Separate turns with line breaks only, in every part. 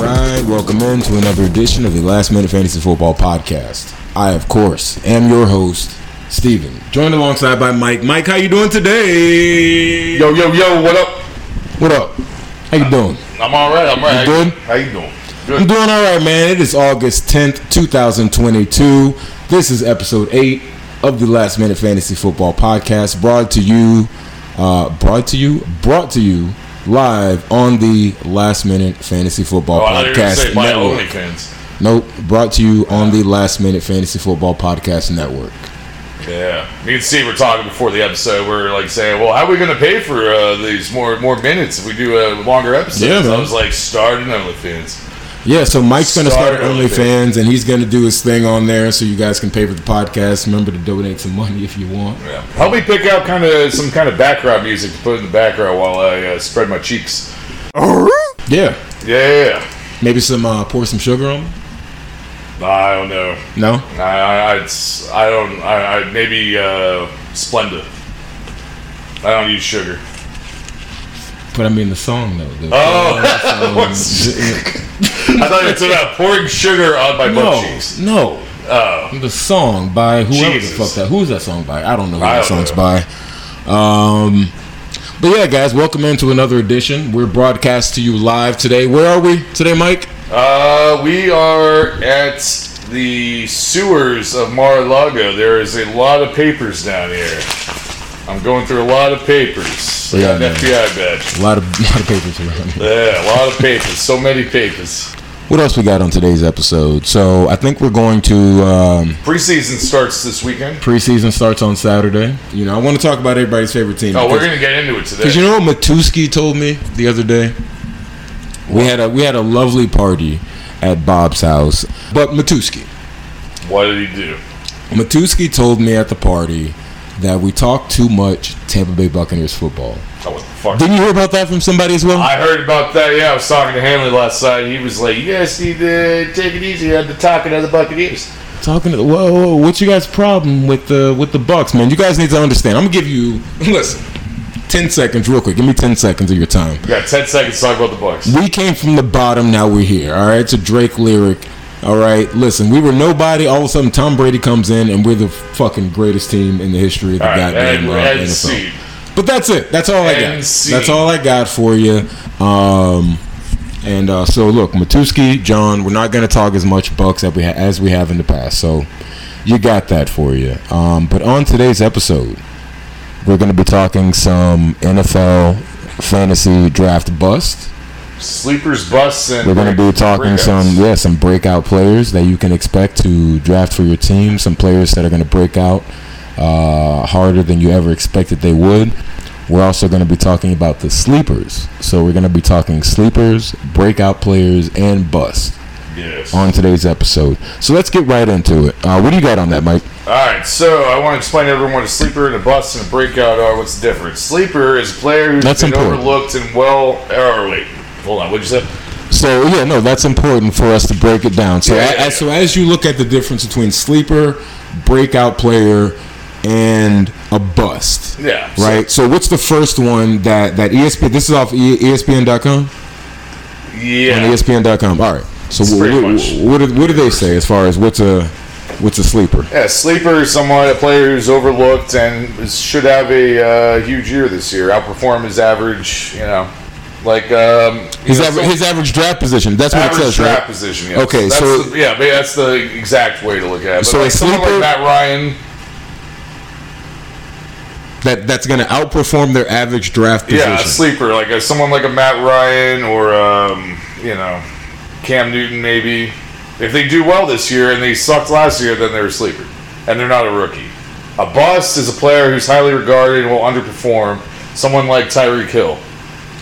welcome in to another edition of the Last Minute Fantasy Football Podcast. I, of course, am your host, Steven. Joined alongside by Mike. Mike, how you doing today?
Yo, yo, yo, what up?
What up? How you doing?
I'm all right. I'm all right.
You
How
good?
How you doing?
I'm
Good.
doing all right, man. It is August 10th, 2022. This is episode 8 of the Last Minute Fantasy Football Podcast, brought to you, uh, brought to you, brought to you live on the Last Minute Fantasy Football
Oh, I thought you were gonna
Podcast
say my
Network.
OnlyFans.
Nope, brought to you on the Last Minute Fantasy Football Podcast Network.
Yeah, me and Steve were talking before the episode. We were like saying, "Well, how are we going to pay for uh, these more more minutes if we do a longer episode?"
Yeah,
So I
man.
was like, "Start an OnlyFans."
Yeah, so Mike's going to start
Start
OnlyFans and he's going to do his thing on there so you guys can pay for the podcast. Remember to donate some money if you want.
Yeah. Help me pick out kind of some kind of background music to put in the background while I uh, spread my cheeks.
Yeah,
Yeah,
maybe some uh, pour some sugar on. 'em?
I don't know.
No,
I I, I, it's- I don't. I, I maybe uh, Splenda. I don't use sugar.
but I mean the song though. The
Oh. I thought it's about pouring sugar on my butt
no,
cheeks.
no,
Oh,
the song by whoever
Jesus.
the fuck that. Who's that song by? I don't know who
I
that
don't
song's
know.
by. Um, but yeah, guys, welcome into another edition. We're broadcast to you live today. Where are we today, Mike?
uh, we are at the sewers of Mar-a-Lago. There is a lot of papers down here. I'm going through a lot of papers. I
Yeah,
got an
man.
FBI badge.
A lot of lot of papers around. here.
Yeah, a lot of papers. So many papers.
What else we got on today's episode? So I think we're going to um,
Preseason starts this weekend.
preseason starts on Saturday. You know, I want to talk about everybody's favorite team.
Oh,
because-
we're gonna get into it
Because you
today.
know what Matuski told me the other day? We had a we had a lovely party at Bob's house. But Matuski.
What did he do?
Matuski told me at the party that we talk too much Tampa Bay Buccaneers football.
Oh, what the fuck?
Didn't you hear about that from somebody as well?
I heard about that. Yeah, I was talking to Hanley last night. He was like, "You guys need to take it easy on the talking of the Buccaneers."
Talking to whoa, whoa, what's you guys' problem with the with the Bucks, man? You guys need to understand. I'm gonna give you listen. Ten seconds, real quick. Give me ten seconds of your time.
You got 10 seconds to talk about the Bucks.
We came from the bottom, now we're here. All right, it's a Drake lyric. All right, listen, we were nobody. All of a sudden, Tom Brady comes in, and we're the fucking greatest team in the history of the
All right,
goddamn
and,
uh,
and
NFL.
see.
But that's it. That's all I got.
And see.
That's all I got for you. Um, and uh, so, look, Matuski, John, we're not going to talk as much Bucks as we ha- as we have in the past. So, you got that for you. Um, but on today's episode, we're going to be talking some NFL fantasy draft bust.
Sleepers, busts, and
We're going to be talking
breakouts.
some yeah some breakout players that you can expect to draft for your team. Some players that are going to break out uh, harder than you ever expected they would. We're also going to be talking about the sleepers. So we're going to be talking sleepers, breakout players, and bust
Yes.
on today's episode. So let's get right into it. Uh, what do you got on that, Mike?
All right, so I want to explain to everyone what a sleeper and a bust and a breakout are. What's the difference? Sleeper is a player who's
That's
been
important.
overlooked and well. Oh, wait. Hold on. What'd you say?
So yeah, no, that's important for us to break it down. So
Yeah,
a-
yeah,
as, so as you look at the difference between sleeper, breakout player, and a bust.
Yeah. so-
Right. So what's the first one that that ESPN? This is off E- ESPN.com. On
yeah.
ESPN.com. All right. So
It's
wh-
pretty
wh-
much-
wh- what do- what do they say as far as what's a what's a sleeper?
Yeah, sleeper is someone, a player who's overlooked and is- should have a uh, huge year this year. Outperform his average, you know. Like, um, you
His
know,
average
some-
his average draft position. That's what it
Average
says,
draft
right?
position. Yes.
Okay,
that's
so-
the, yeah, but that's the exact way to look at it. But
So
so
a
like someone
sleeper-
like Matt Ryan,
That that's going to outperform their average draft position.
yeah, a sleeper like a, someone like a Matt Ryan or um, you know Cam Newton maybe. If they do well this year and they sucked last year, then they're a sleeper and they're not a rookie. A bust is a player who's highly regarded and will underperform. Someone like Tyreek Hill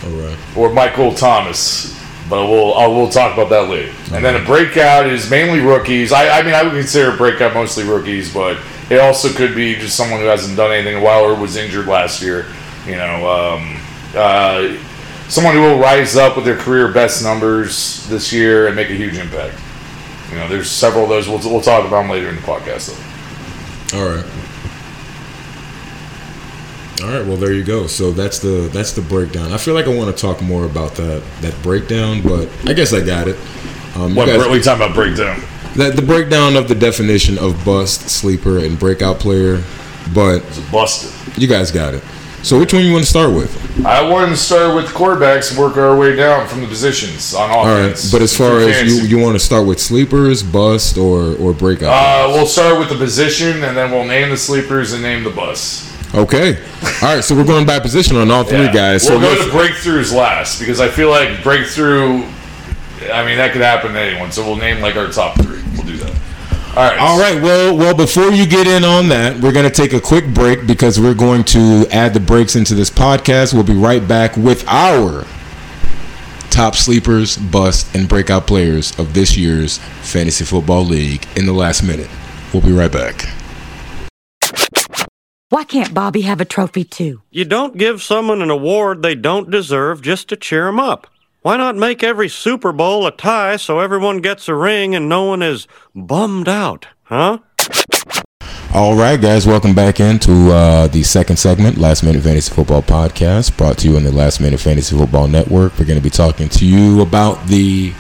All right.
or Michael Thomas. But we'll I will talk about that later. And then a breakout is mainly rookies. I, I mean I would consider a breakout mostly rookies, but it also could be just someone who hasn't done anything in a while or was injured last year. You know, um, uh, someone who will rise up with their career best numbers this year and make a huge impact. You know, there's several of those. We'll, we'll talk about them later in the podcast. Though.
All right. All right. Well, there you go. So that's the that's the breakdown. I feel like I want to talk more about that that breakdown, but I guess I got it. Um, you
What
guys-
bro- we talking about breakdown?
the, the breakdown of the definition of bust, sleeper, and breakout player, but
It's busted.
you guys got it. So which one you want to start with?
I wanted to start with quarterbacks and work our way down from the positions on
All right,
offense.
but as far
Through
as you,
fantasy.
you want to start with sleepers, bust, or or breakout?
uh, we'll start with the position, and then we'll name the sleepers and name the bus.
okay. All right, so we're going by position on all three
Yeah.
guys. So
We'll go
let's-
to breakthroughs last because I feel like breakthrough. I mean, that could happen to anyone. So we'll name like our top three. We'll do that. All right.
All right. Well, well. Before you get in on that, we're going to take a quick break because we're going to add the breaks into this podcast. We'll be right back with our top sleepers, bust, and breakout players of this year's fantasy football league in the last minute. We'll be right back.
Why can't Bobby have a trophy too?
You don't give someone an award they don't deserve just to cheer 'em up. Why not make every Super Bowl a tie so everyone gets a ring and no one is bummed out, huh?
All right, guys, welcome back into uh, the second segment, Last Minute Fantasy Football Podcast, brought to you on the Last Minute Fantasy Football Network. We're going to be talking to you about the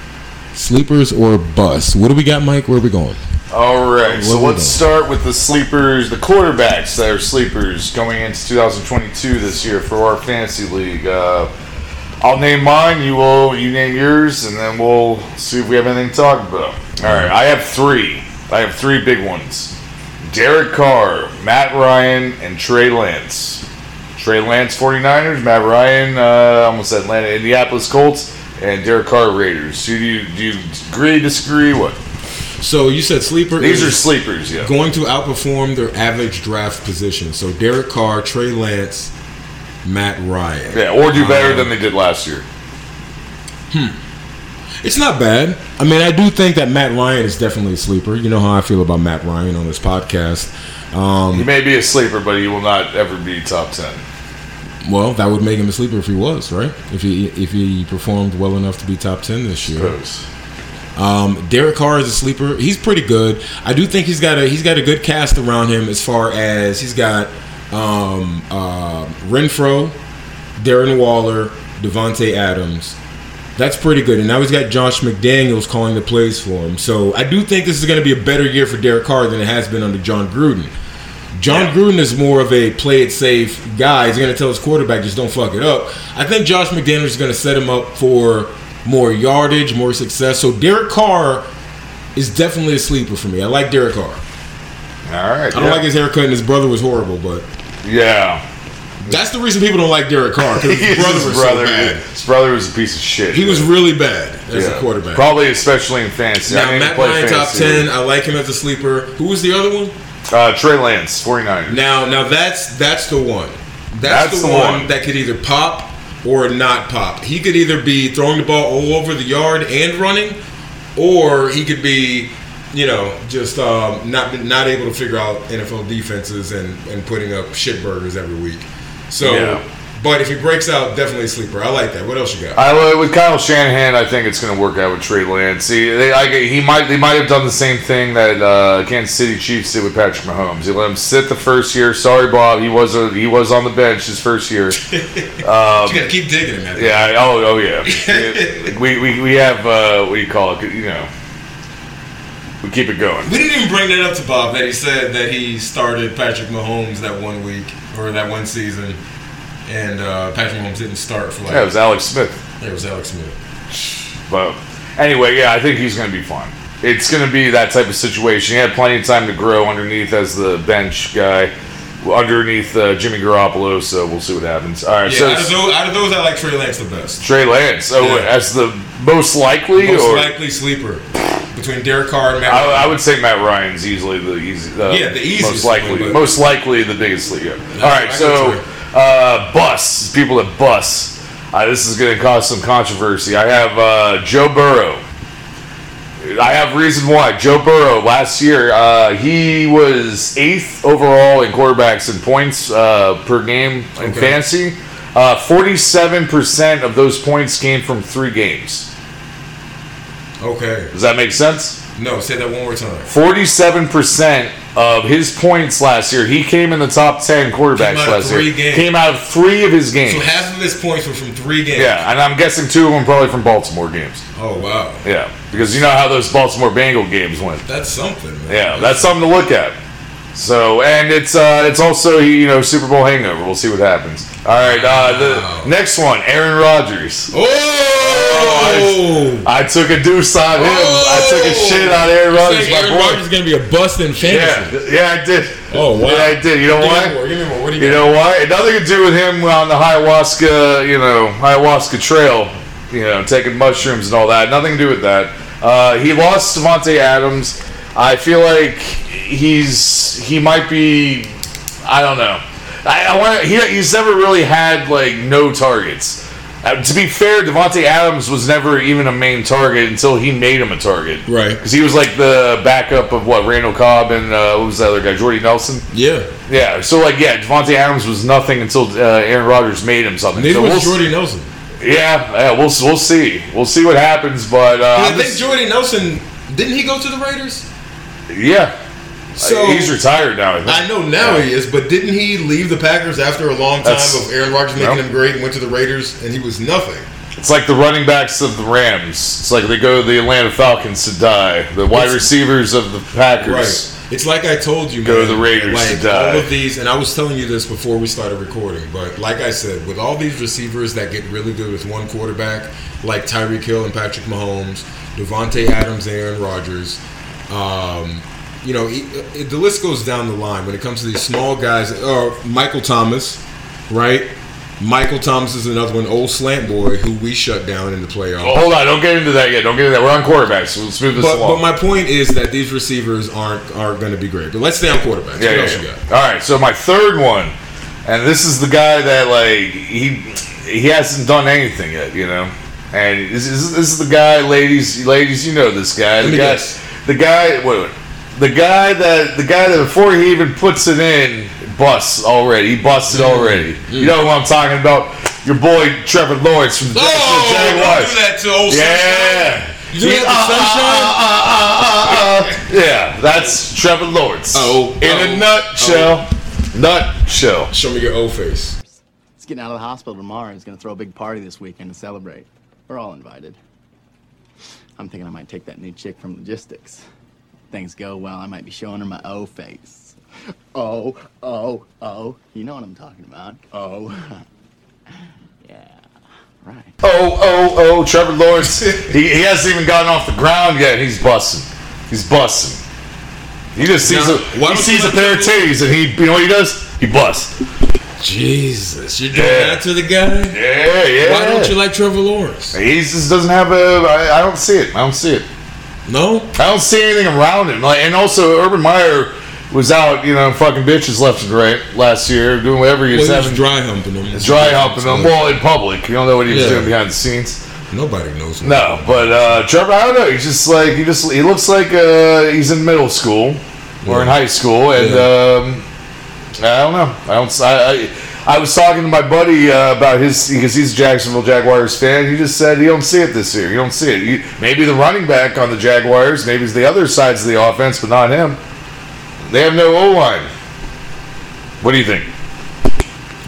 sleepers or bust. What do we got, Mike? Where are we going?
All right. So
What we
let's
doing?
start with the sleepers, the quarterbacks that are sleepers going into 2022 this year for our fantasy league. Uh, I'll name mine. You will. You name yours, and then we'll see if we have anything to talk about. All right. I have three. I have three big ones: Derek Carr, Matt Ryan, and Trey Lance. Trey Lance, 49ers. Matt Ryan, uh, I almost said Atlanta, Indianapolis Colts, and Derek Carr, Raiders. Who do you do? You agree? Disagree? What?
So you said sleeper.
These are
is
sleepers. Yeah.
going to outperform their average draft position. So Derek Carr, Trey Lance, Matt Ryan.
Yeah, or do better than they did last year.
It's not bad. I mean, I do think that Matt Ryan is definitely a sleeper. You know how I feel about Matt Ryan on this podcast. Um,
He may be a sleeper, but he will not ever be top ten.
well, that would make him a sleeper if he was right. If he if he performed well enough to be top ten this year.
Those.
Um, Derek Carr is a sleeper. He's pretty good. I do think he's got a he's got a good cast around him as far as he's got um, uh, Renfro, Darren Waller, Devonte Adams. That's pretty good. And now he's got Josh McDaniels calling the plays for him. So I do think this is going to be a better year for Derek Carr than it has been under John Gruden. John Gruden is more of a play it safe guy. He's going to tell his quarterback, just don't fuck it up. I think Josh McDaniels is going to set him up for more yardage, more success. So Derek Carr is definitely a sleeper for me. I like Derek Carr.
All right.
I don't
yeah.
like his haircut, and his brother was horrible, but
Yeah,
that's the reason people don't like Derek Carr because his
his
brother
brother.
was so bad.
his brother was a piece of shit.
He was really bad as
Yeah.
a quarterback.
Probably especially in fantasy.
now
I mean, he
Matt
played
Ryan top ten.
fantasy.
I like him as a sleeper. Who was the other one?
Uh, Trey Lance, 49.
Now, now that's that's the one. That's,
That's
the,
the
one,
one.
that could either pop or not pop. He could either be throwing the ball all over the yard and running, or he could be, you know, just um, not not able to figure out NFL defenses and and putting up shit burgers every week. So,
Yeah. Um,
but if he breaks out, definitely a sleeper. I like that. What else you got?
I li- with Kyle Shanahan, I think it's going to work out with Trey Lance. He, they, I, he might they might have done the same thing that uh, Kansas City Chiefs did with Patrick Mahomes. He let him sit the first year. Sorry, Bob, he was a, he was on the bench his first year.
you gotta keep digging him. At
Yeah. I, oh. Oh. Yeah. we, we we have uh, what do you call it? You know, we keep it going.
We didn't even bring that up to Bob that he said that he started Patrick Mahomes that one week or that one season, and uh, Patrick Mahomes didn't start for like
Yeah, it was Alex Smith.
it was Alex Smith.
But anyway, yeah, I think he's going to be fine. It's going to be that type of situation. He had plenty of time to grow underneath as the bench guy, underneath uh, Jimmy Garoppolo. So we'll see what happens. All right.
Yeah,
so
out, of
it's
those, out of those, I like Trey Lance the best.
Trey Lance. Oh,
Yeah.
as the most likely,
Most
or
likely sleeper between Derek Carr and Matt.
I, I
Ryan.
would say Matt Ryan's easily the easy, uh,
Yeah, the easiest
most likely,
one, but-
most likely the biggest league. All
I
right,
could
so uh, bus people that bus. Uh, this is going to cause some controversy. I have uh, Joe Burrow. I have reason why Joe Burrow last year uh, he was eighth overall in quarterbacks in points uh, per game in
Okay.
fantasy. Uh, Forty-seven percent of those points came from three games.
Okay,
Does that make sense?
no, say that one more time.
Forty-seven percent of his points last year. He came in the top ten quarterbacks
Came out of
last
three
year.
games.
Came out of three of his games.
So half of his points were from three games.
yeah, and I'm guessing two of them probably from Baltimore games.
Oh wow,
Yeah, because you know how those Baltimore Bengal games went.
that's something. Man.
Yeah, that's something to look at. So, and it's uh, it's also you know Super Bowl hangover. We'll see what happens. All right, uh, the
Wow.
next one, Aaron Rodgers.
Oh.
I took a deuce on him. I took a shit on Aaron Rodgers, my
Oh! Aaron
boy.
Rodgers is gonna be a bust in fantasy.
Yeah, yeah, I did.
Oh, wow.
Yeah, I did. You know
Give me more.
what?
Give me more. What do you,
You know what? It nothing to do with him on the ayahuasca, you know, ayahuasca trail, you know, taking mushrooms and all that. Nothing to do with that. Uh, he lost Devontae Adams. I feel like he's he might be. I don't know. I, I want. He, he's never really had like no targets. Uh, to be fair, Devontae Adams was never even a main target until he made him a target.
Right.
Because he was like the backup of what Randall Cobb and uh, what was the other guy, Jordy Nelson.
Yeah.
Yeah, so like, yeah, Devontae Adams was nothing until uh, Aaron Rodgers made him something.
Neither
So
was
we'll-
Jordy Nelson.
Yeah, yeah, we'll we'll see, we'll see what happens. But uh,
I
I'm
think
just-
Jordy Nelson didn't he go to the Raiders?
yeah,
So
Uh, he's retired now. I think.
I know now he is, but didn't he leave the Packers after a long time
That's-
of Aaron Rodgers making
No.
him great and went to the Raiders and he was nothing?
It's like the running backs of the Rams. It's like they go to the Atlanta Falcons to die. The wide
It's-
receivers of the Packers.
Right. It's like I told you,
Go
man,
to the Raiders
Like
to die.
all of these, and I was telling you this before we started recording, but like I said, with all these receivers that get really good with one quarterback, like Tyreek Hill and Patrick Mahomes, Devontae Adams, and Aaron Rodgers, um, you know, he- it, the list goes down the line when it comes to these small guys. Or Michael Thomas, right? Michael Thomas is another one, old slant boy who we shut down in the playoffs.
Well, hold on, don't get into that yet. Don't get into that. We're on quarterbacks. Let's move this
But, but
along.
my point is that these receivers aren't are going to be great. But let's stay on quarterbacks.
Yeah,
what
yeah,
else you
yeah.
got?
All right, so my third one, and this is the guy that like he he hasn't done anything yet, you know. And this is, this is the guy, ladies, ladies, you know this guy.
Let
The
me
guy,
guess.
the guy, wait, wait, the guy that the guy that before he even puts it in, busts already. He busted already.
Mm-hmm.
You know what I'm talking about? Your boy Trevor Lawrence from the
Oh,
Jaguars.
do that to old
Yeah.
You do
He-
that to
uh, uh,
Sunshine?
uh, uh, uh, uh, uh. Yeah, that's Trevor Lawrence.
Oh,
in
oh,
a nutshell. oh, Nutshell.
Show me your O face.
He's getting out of the hospital tomorrow. He's going to throw a big party this weekend to celebrate. We're all invited. I'm thinking I might take that new chick from logistics. Things go well, I might be showing her my O face. Oh, oh, oh. You know what I'm talking about. Oh. yeah, right.
Oh, oh, oh, Trevor Lawrence. he, he hasn't even gotten off the ground yet. He's busting. He's busting. He just sees
Now, why
a he
don't
sees
you
a
let
pair of titties and he you know what he does? He busts.
Jesus, you're doing
Yeah.
that to the guy.
Yeah, yeah.
Why don't you like Trevor Lawrence?
he just doesn't have a. I, I don't see it. I don't see it.
No,
I don't see anything around him. Like, and also, Urban Meyer was out, you know, fucking bitches left and right last year, doing whatever he was
well, he was
having,
dry humping him.
dry humping them. Well, in public, you don't know what he was
Yeah.
doing behind the scenes.
nobody knows. what-
No, but uh, Trevor, I don't know. He's just like he just he looks like uh, he's in middle school or in high school, and um, I don't know. I don't. s- I, I, I was talking to my buddy uh, about his because he's a Jacksonville Jaguars fan. He just said he don't see it this year. He don't see it. You maybe the running back on the Jaguars, maybe it's the other sides of the offense, but not him. They have no O line. What do you think?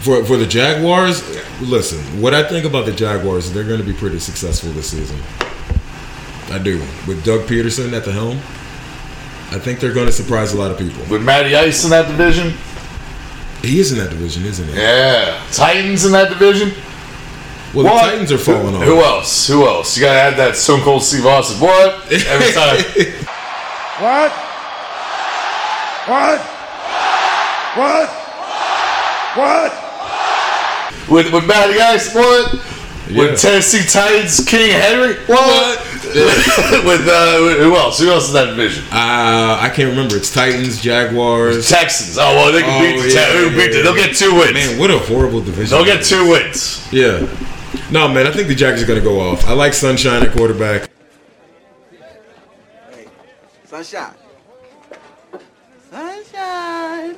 For for the Jaguars, listen. What I think about the Jaguars, is they're going to be pretty successful this season. I do. With Doug Peterson at the helm, I think they're going to surprise a lot of people.
With Matty Ice in that division,
He is in that division, isn't he?
yeah. Titans in that division.
Well, the
What?
Titans are falling
who,
off.
Who else? Who else? You gotta add that Stone Cold Steve Austin. What? Every time.
What? What? What? What?
with with Matty Ice. What?
Yeah.
With Tennessee Titans King Henry. What? with uh, with- who else? Who else in that division?
Uh, I can't remember. It's Titans, Jaguars.
Texans. Oh well, they can
Oh,
beat the
yeah,
Texans.
yeah,
beat the,
yeah,
they'll
yeah.
get two wins.
Man, what a horrible division.
They'll get two wins.
Yeah. No, man, I think the Jags are going to go off. I like Sunshine at quarterback.
Sunshine. Sunshine.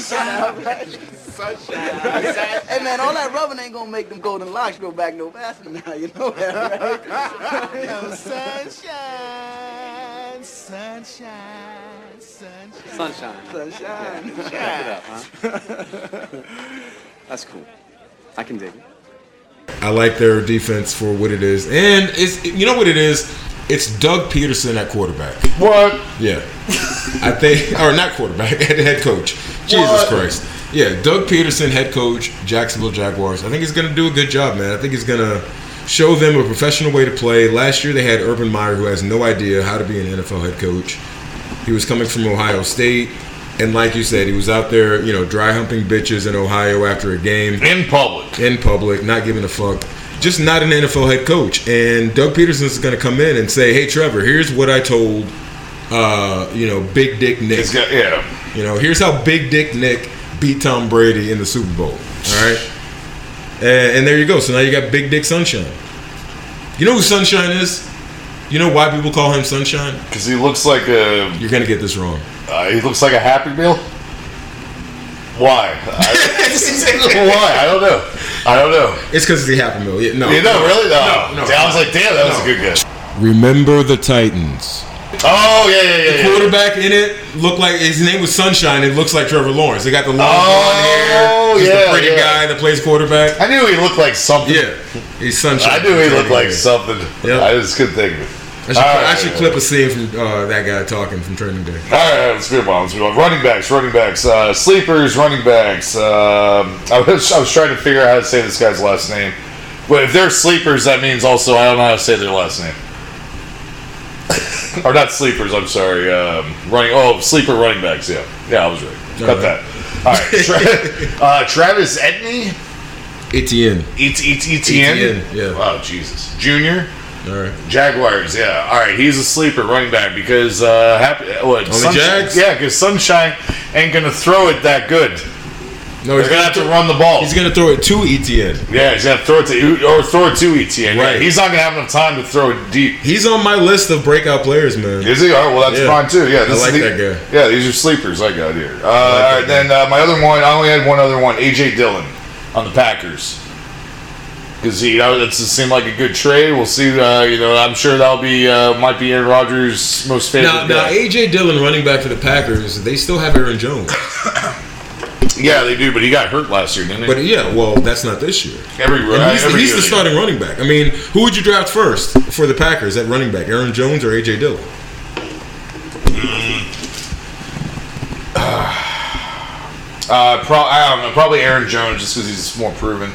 Sunshine. Sunshine. Hey man, all that rubbing ain't gonna make them golden locks grow back no faster now, you know that, right? Sunshine. Sunshine, sunshine.
Sunshine.
Sunshine.
Back it up, huh? That's cool. I can dig it.
I like their defense for what it is, and it's you know what it is. It's Doug Peterson at quarterback.
What?
Yeah. I think, or not quarterback, head coach. Jesus
What?
Christ. Yeah, Doug Peterson, head coach, Jacksonville Jaguars. I think he's going to do a good job, man. I think he's going to show them a professional way to play. Last year they had Urban Meyer, who has no idea how to be an NFL head coach. He was coming from Ohio State. And like you said, he was out there, you know, dry humping bitches in Ohio after a game
In public.
in public, not giving a fuck. Just not an NFL head coach. And Doug Peterson's going to come in and say, "Hey, Trevor, here's what I told, uh, you know, Big Dick Nick.
He's got, yeah.
You know, here's how Big Dick Nick beat Tom Brady in the Super Bowl. All right, and, and there you go. So now you got Big Dick Sunshine. You know who Sunshine is? You know why people call him Sunshine?
Because he looks like a
You're going to get this wrong.
Uh, he looks like a Happy Meal. Why? I, why? I don't know. I don't know.
It's because it's the Happy Meal. Yeah, no,
You know, really? No.
No, no.
I was like, damn, that was a good guess.
Remember the Titans.
Oh yeah, yeah, yeah. yeah.
quarterback in it looked like his name was Sunshine. It looks like Trevor Lawrence. They got the long
Oh,
blonde hair. He's
yeah,
the pretty
yeah.
guy that plays quarterback.
I knew he looked like something.
Yeah, he's Sunshine.
I knew he looked like something.
Yeah.
I just couldn't think of it.
I should,
All right.
I should clip a scene from uh, that guy talking from Training Day.
All right, let's move on. Let's move on. Running backs, running backs, uh, sleepers, running backs. Um, I was I was trying to figure out how to say this guy's last name, but if they're sleepers, that means also I don't know how to say their last name. or not sleepers. I'm sorry. Um, running. Oh, sleeper running backs. Yeah, yeah, I was right. Cut
All right.
that. All right, Tra- uh, Travis E Etney,
Etienne.
Et- Et- Etienne.
Etienne, E yeah.
Wow, Jesus, Junior.
All right.
Jaguars, yeah. All right, he's a sleeper running back because uh, happy, what, Sunshine,
Jags?
yeah, because Sunshine ain't gonna throw it that good.
No,
They're gonna have to run the ball.
He's gonna throw it to E Etienne.
yeah, he's gonna throw it to or throw it to E Etienne. Right.
Right.
He's not gonna have enough time to throw it deep.
He's on my list of breakout players, man.
Is he? All right, well that's
Yeah.
fine too.
I
Yeah, is
like
the-
that guy.
Yeah, these are sleepers I got here. Uh, all right, then uh, my other one, I only had one other one, AJ Dillon on the Packers. Because he, that that seemed like a good trade. We'll see. Uh, you know, I'm sure that'll be uh, might be Aaron Rodgers' most favorite.
Now, now,
guy.
AJ Dillon, running back for the Packers, they still have Aaron Jones,
Yeah, they do, but he got hurt last year, didn't he?
but yeah, well, that's not this year.
every,
And he's,
every
he's
year
the
they-
starting running back. I mean, who would you draft first for the Packers at running back? Aaron Jones or AJ Dillon?
Uh, pro- I don't know, probably Aaron Jones, just because he's more proven.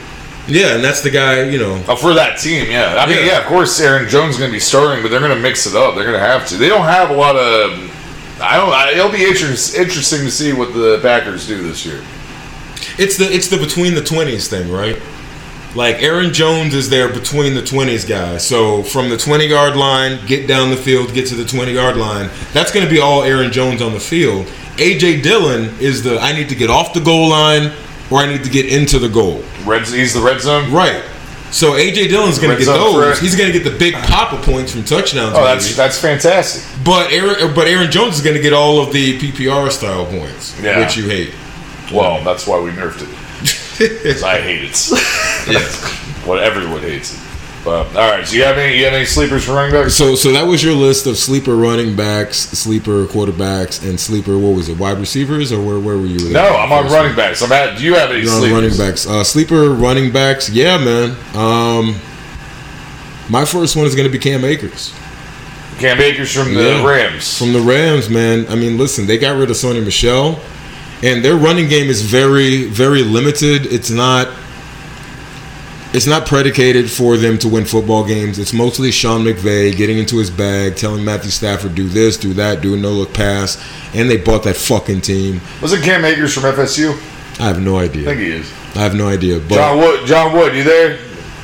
Yeah, and that's the guy. You know,
Oh, for that team, yeah. I mean, yeah.
Yeah.
of course, Aaron Jones is going to be starting, but they're going to mix it up. They're going to have to. They don't have a lot of. I don't. I, it'll be inter- interesting to see what the Packers do this year.
it's the it's the between the twenties thing, right? Like Aaron Jones is there between the twenties guy. So from the twenty yard line, get down the field, get to the twenty yard line. That's going to be all Aaron Jones on the field. AJ Dillon is the I need to get off the goal line or I need to get into the goal.
Red, he's the red zone.
Right. So AJ Dillon's going
Red
to get
zone
those.
threat.
He's going to get the big pop up points from touchdowns.
Oh,
maybe.
that's that's fantastic.
But Aaron, but Aaron Jones is going to get all of the PPR style points,
Yeah.
which you hate.
Well, that's why we nerfed it. 'Cause I hate it. what everyone hates it. But, all right. So you have any? You have any sleepers for running backs?
So, so that was your list of sleeper running backs, sleeper quarterbacks, and sleeper what was it, wide receivers, or where where were you?
No, I'm on running backs. I'm at. Do you have any
You're on running
sleepers?
backs, uh, sleeper running backs. Yeah, man. Um, my first one is going to be Cam Akers
Cam Akers from the
Yeah.
Rams.
from the Rams, man. I mean, listen, they got rid of Sony Michelle, and their running game is very, very limited. It's not. It's not predicated for them to win football games. It's mostly Sean McVay getting into his bag, telling Matthew Stafford, do this, do that, do a no look pass. And they bought that fucking team.
Was it Cam Akers from FSU?
I have no
I think
idea.
he is.
I have no idea. But
John Wood. John Wood. You there?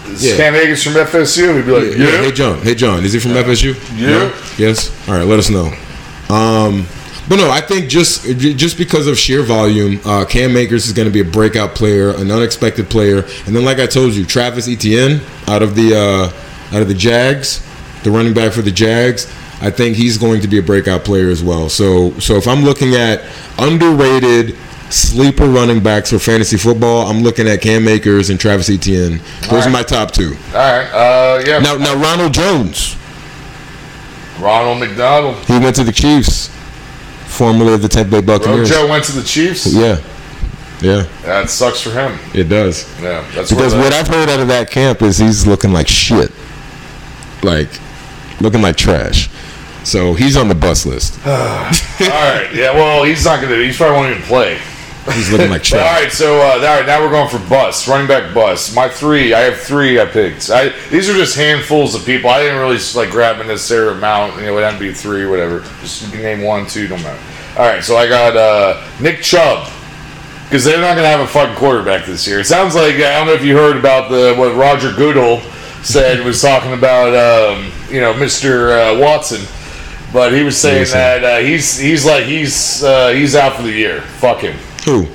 It's
Yeah.
Cam Akers from FSU. He'd be like,
Yeah,
yeah.
Hey John. Hey John. Is he from FSU?
Yeah.
No? Yes. All right. Let us know. Um, but no, I think just j- just because of sheer volume, uh, Cam Akers is going to be a breakout player, an unexpected player, and then like I told you, Travis Etienne out of the uh, out of the Jags, the running back for the Jags. I think he's going to be a breakout player as well. So so if I'm looking at underrated sleeper running backs for fantasy football, I'm looking at Cam Akers and Travis Etienne. Those are my top two.
All right. Uh, yeah.
Now, now Ronald Jones.
Ronald McDonald.
He went to the Chiefs, formerly of the Tampa Bay Buccaneers.
Rojo went to the Chiefs.
Yeah, yeah,
That sucks for him.
it does.
Yeah, that's
Because
where
what I've
that-
heard out of that camp is he's looking like shit, like looking like trash. So he's on the bus list.
All right. Yeah. Well, he's not gonna. He's probably won't even play.
He's looking like
But, all
trash.
right, so uh, all right, now we're going for bus, running back bus. My three, I have three. I picked. I, these are just handfuls of people. I didn't really just, like grab a necessary amount. You know, it would be three, whatever. Just you can name one, two, don't matter. All right, so I got uh, Nick Chubb because they're not going to have a fucking quarterback this year. It sounds like I don't know if you heard about the what Roger Goodell said was talking about um, you know Mr. Uh, Watson, but he was saying that uh, he's he's like he's uh, he's out for the year. Fuck him.
Who?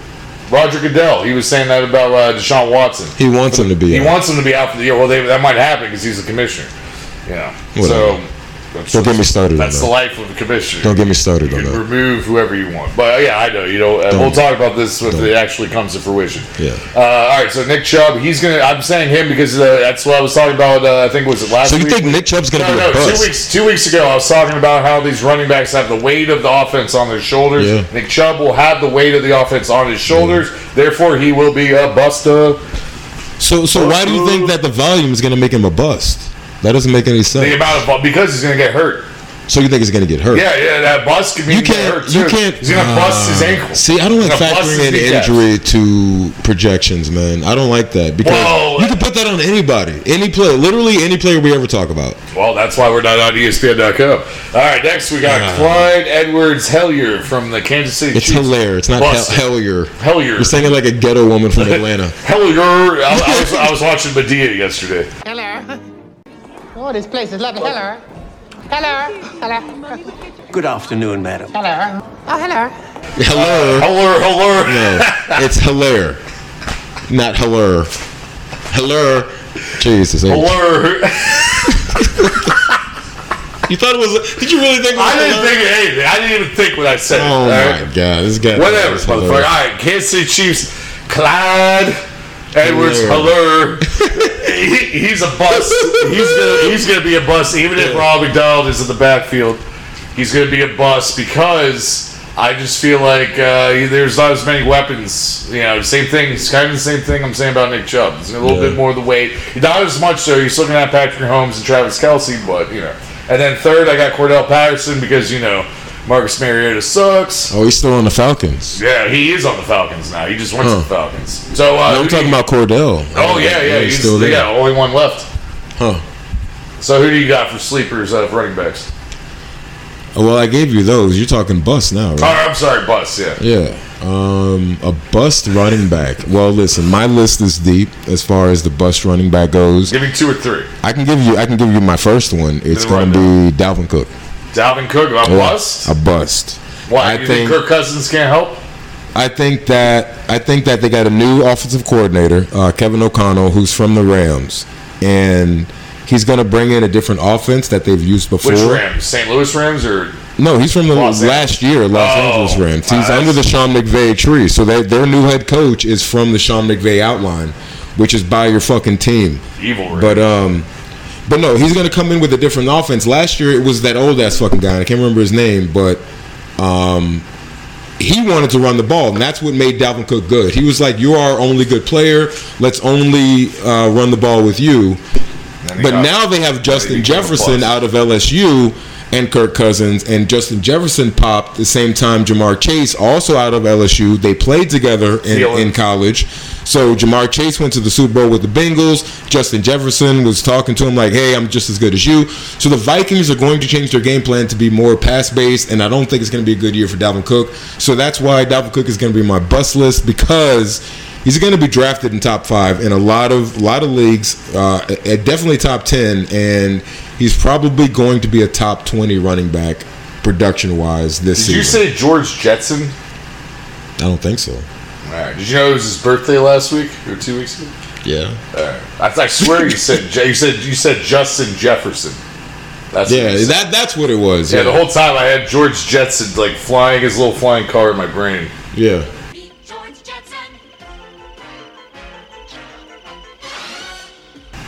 Roger Goodell. He was saying that about uh, Deshaun Watson.
He wants him to be.
He
out.
wants him to be out for the year. Well, they, that might happen because he's the commissioner. Yeah.
Whatever.
So. That's,
Don't get me started on
That's the
that.
life of the commissioner.
Don't get me started
You
on
can
that.
remove whoever you want. But uh, yeah, I know. You know, uh, we'll
Don't.
talk about this if
Don't.
it actually comes to fruition.
Yeah.
Uh, all right. So Nick Chubb, he's gonna. I'm saying him because uh, that's what I was talking about. Uh, I think was it last.
So you
week?
think Nick Chubb's gonna
No,
be
no.
a bust?
Two weeks. Two weeks ago, I was talking about how these running backs have the weight of the offense on their shoulders.
Yeah.
Nick Chubb will have the weight of the offense on his shoulders. Therefore, he will be a uh, buster.
So, so why do you think that the volume is going to make him a bust? That doesn't make any
The
sense.
amount of bu- because he's gonna get hurt.
So you think he's going to get hurt?
Yeah, yeah. That bust can mean
You
he get hurt
can't.
too.
You can't.
He's gonna bust his
uh,
ankle.
See, I don't like
He's gonna bust
factoring
his
in
kneecaps.
injury to projections, man. I don't like that because
Well-
you can put that on anybody, any player, literally any player we ever talk about.
Well, that's why we're not on E ESPN.com. All right, next we got
Yeah.
Clyde Edwards Hellier from the Kansas City
It's
Chiefs.
hilarious. It's not hell,
Busted.
hellier.
Hellier.
You're saying it like a ghetto woman from Atlanta.
Hellier. I, I was, I was watching Medea yesterday.
Hello. Oh, this place is lovely. Hello. Hello. Hello.
Good afternoon, madam.
Hello. Oh, hello.
Hello.
Hellier, Hellier.
No, it's hilaire, not hilaire. Hilaire. Jesus.
Hellier.
You thought it was? Did you really think? It was
I didn't
hilaire?
think of anything. I didn't even think when I said it.
Oh
all right?
my god, this guy.
Whatever,
this
motherfucker. All
hilaire.
right, Kansas City Chiefs, Clyde Edwards Hilaire. he, he's a bust. He's gonna he's gonna be a bust. Even if Rob McDonald is in the backfield, he's gonna be a bust because I just feel like uh, there's not as many weapons. You know, same thing. It's kind of the same thing I'm saying about Nick Chubb. It's a little bit more of the weight. Not as much so. You're still gonna have Patrick Mahomes and Travis Kelsey, but you know. And then third, I got Cordell Patterson because you know Marcus Mariota sucks.
Oh, he's still on the Falcons.
Yeah, he is on the Falcons now. He just went to the Falcons. So uh,
No, I'm
who do
talking
you-
about Cordell.
Oh yeah, yeah, he's,
still there.
yeah, only one left.
Huh.
So who do you got for sleepers uh, for running backs?
Oh, Well, I gave you those. You're talking bust now,
Oh,
right?
I'm sorry, Bus. Yeah.
Yeah. Um, a bust running back. Well, listen, my list is deep as far as the bust running back goes.
Give me two or three.
I can give you. I can give you my first one. It's
Then run
going to be Dalvin Cook.
Dalvin Cook, a bust.
A bust.
Why?
I
you think,
think.
Kirk Cousins can't help?
I think that. I think that they got a new offensive coordinator, uh, Kevin O'Connell, who's from the Rams, and he's going to bring in a different offense that they've used before.
Which Rams? St. Louis Rams or?
No, he's from the
Los
last year Los
Oh.
Angeles Rams. He's
Uh,
under the Sean McVay tree, so they, their new head coach is from the Sean McVay outline, which is buy your fucking team.
Evil Rams.
But um, but no, he's gonna come in with a different offense. Last year it was that old ass fucking guy. and I can't remember his name, but um, he wanted to run the ball, and that's what made Dalvin Cook good. He was like, "You are our only good player. Let's only uh, run the ball with you."
And he
But
got-
now they have Justin
became a
Jefferson
bust.
out of LSU and Kirk Cousins, and Justin Jefferson popped the same time Jamar Chase also out of LSU. They played together in,
Steelers.
in college. So Jamar Chase went to the Super Bowl with the Bengals. Justin Jefferson was talking to him like, hey, I'm just as good as you. So the Vikings are going to change their game plan to be more pass based, and I don't think it's going to be a good year for Dalvin Cook. So that's why Dalvin Cook is going to be my bust list because he's going to be drafted in top five in a lot of lot of leagues, uh, uh, definitely top ten, and he's probably going to be a top twenty running back production wise this
Did you
season.
say George Jetson?
I don't think so.
All right. Did you know it was his birthday last week or two weeks ago?
Yeah,
I, I swear you said Je- you said you said Justin Jefferson. That's what
yeah,
you said.
that that's what it was.
Yeah,
Yeah,
the whole time I had George Jetson like flying his little flying car in my brain.
yeah.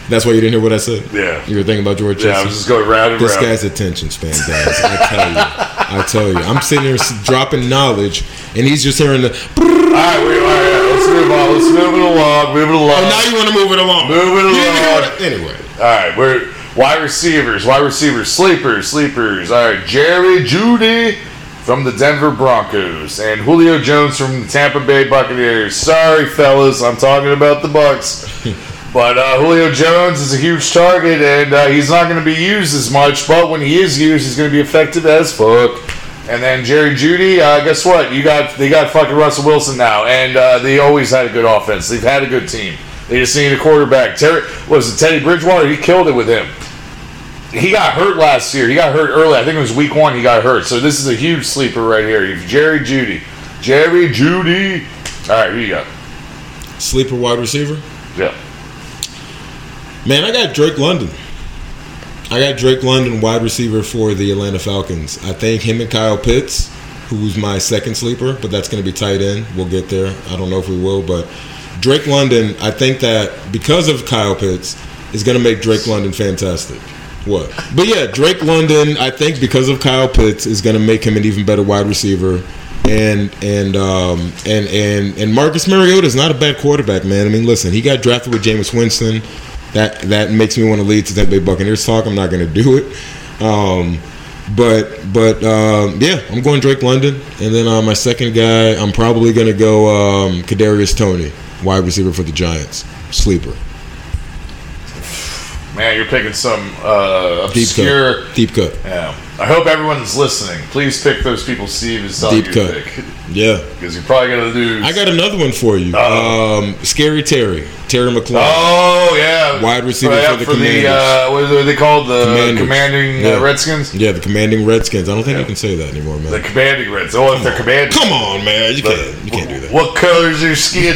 That's why you didn't hear what I said.
Yeah.
You were thinking about George.
Yeah, I was just going round and
This
round.
guy's attention span, guys. I tell you, I tell you, I'm sitting here s- dropping knowledge, and he's just hearing the.
All right, we, all right, let's move on. Let's move it along. Move it along.
Oh, now you want to move it along.
Move it
You didn't hear
along.
what I- anyway.
All right, we're wide receivers, wide receivers, sleepers, sleepers. All right, Jerry Judy from the Denver Broncos and Julio Jones from the Tampa Bay Buccaneers. Sorry, fellas, I'm talking about the Bucks. But uh, Julio Jones is a huge target, and uh, he's not going to be used as much. But when he is used, he's going to be effective as fuck. And then Jerry Judy, uh, guess what? You got they got fucking Russell Wilson now, and uh, they always had a good offense. They've had a good team. They just need a quarterback. Terry what was it Teddy Bridgewater? He killed it with him. He got hurt last year. He got hurt early. I think it was week one. He got hurt. So this is a huge sleeper right here. You've Jerry Judy, Jerry Judy. All right, here you go.
Sleeper wide receiver.
Yeah.
Man, I got Drake London. I got Drake London, wide receiver for the Atlanta Falcons. I think him and Kyle Pitts, who's my second sleeper, but that's going to be tight end. We'll get there. I don't know if we will, but Drake London, I think that because of Kyle Pitts, is going to make Drake London fantastic. What? But yeah, Drake London, I think because of Kyle Pitts, is going to make him an even better wide receiver. And and um and and and Marcus Mariota is not a bad quarterback, man. I mean, listen, he got drafted with Jameis Winston. That that makes me want to lead to Tampa Bay Buccaneers talk. I'm not going to do it. Um, but but um, yeah, I'm going Drake London, and then uh, my second guy, I'm probably going to go um, Kadarius Tony, wide receiver for the Giants, sleeper.
Man, you're picking some uh,
Deep
obscure.
cut. Deep cut.
Yeah. I hope everyone's listening. Please pick those people Steve is telling
Deep
you
cut.
to pick.
Yeah.
Because you're probably going to lose.
I got another one for you. Um, Scary Terry, Terry McLaurin.
Oh, yeah.
Wide receiver
Yeah,
for the
the
Commanders.
uh, what are they called? The commanding uh,
Yeah.
Redskins?
Yeah, the commanding Redskins. I don't think you can say that anymore, man.
The commanding Reds. Oh, if they're commanding.
Come on, man. You can't. You can't do that.
What color's your skin?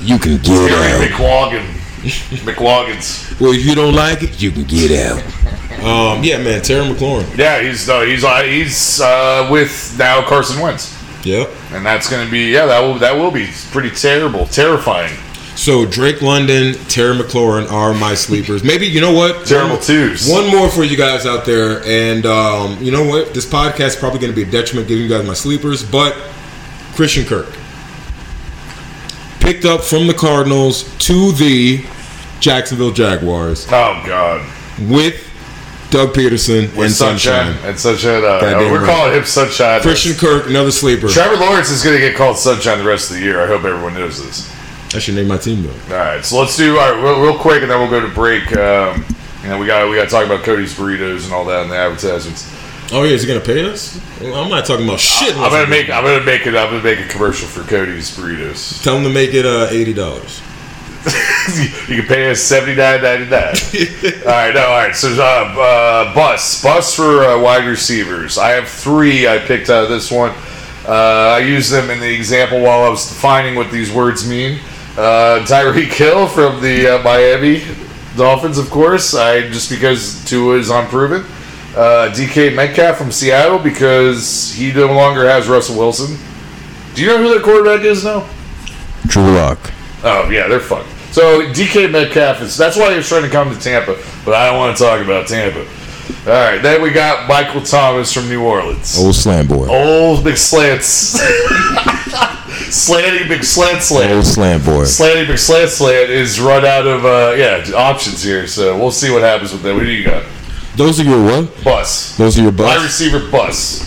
You can get
Gary McLaughlin. McLaughlin's.
Well, if you don't like it, you can get out.
Um, yeah, man. Terry McLaurin.
Yeah, he's no, he's uh, he's uh, with now Carson Wentz,
Yep.
and that's going to be yeah that will that will be pretty terrible, terrifying,
So Drake London, Terry McLaurin are my sleepers. Maybe you know what?
terrible twos.
One more for you guys out there, and um, you know what? This podcast is probably going to be a detriment giving you guys my sleepers, but Christian Kirk picked up from the Cardinals to the Jacksonville Jaguars
Oh God.
with Doug Peterson
With
and
sunshine.
Sunshine.
and sunshine. Uh,
Goddamn
we're
right.
calling him sunshine.
Christian Kirk, another sleeper.
Trevor Lawrence is going to get called sunshine the rest of the year. I hope everyone knows this.
I should name my team though.
All right, so let's do all right real, real quick, and then we'll go to break. Um, you know, we got we got to talk about Cody's burritos and all that and the advertisements.
Oh yeah, is he going to pay us? Well, I'm not talking about shit.
I'm gonna make I'm gonna make it I'm gonna make a commercial for Cody's burritos.
Tell him to make it uh, eighty dollars.
you can pay us seventy nine ninety nine. all right, no, all right. So, uh, uh, bus, bus for uh, wide receivers. I have three I picked out of this one. Uh, I used them in the example while I was defining what these words mean. Uh, Tyreek Hill from the uh, Miami Dolphins, of course. I just because Tua is unproven. Uh, DK Metcalf from Seattle because he no longer has Russell Wilson. Do you know who their quarterback is now?
Drew Lock.
Oh yeah, they're fucked. So DK Metcalf is that's why he was trying to come to Tampa, but I don't want to talk about Tampa. All right, then we got Michael Thomas from New Orleans.
Old slam boy.
Old McSlants, slanty McSlant
Old
slant,
slam boy.
slanty McSlant slant is run out of uh, yeah options here. So we'll see what happens with that. What do you got?
Those are your what?
Bus,
Those are your
wide
bucks.
receiver, bus,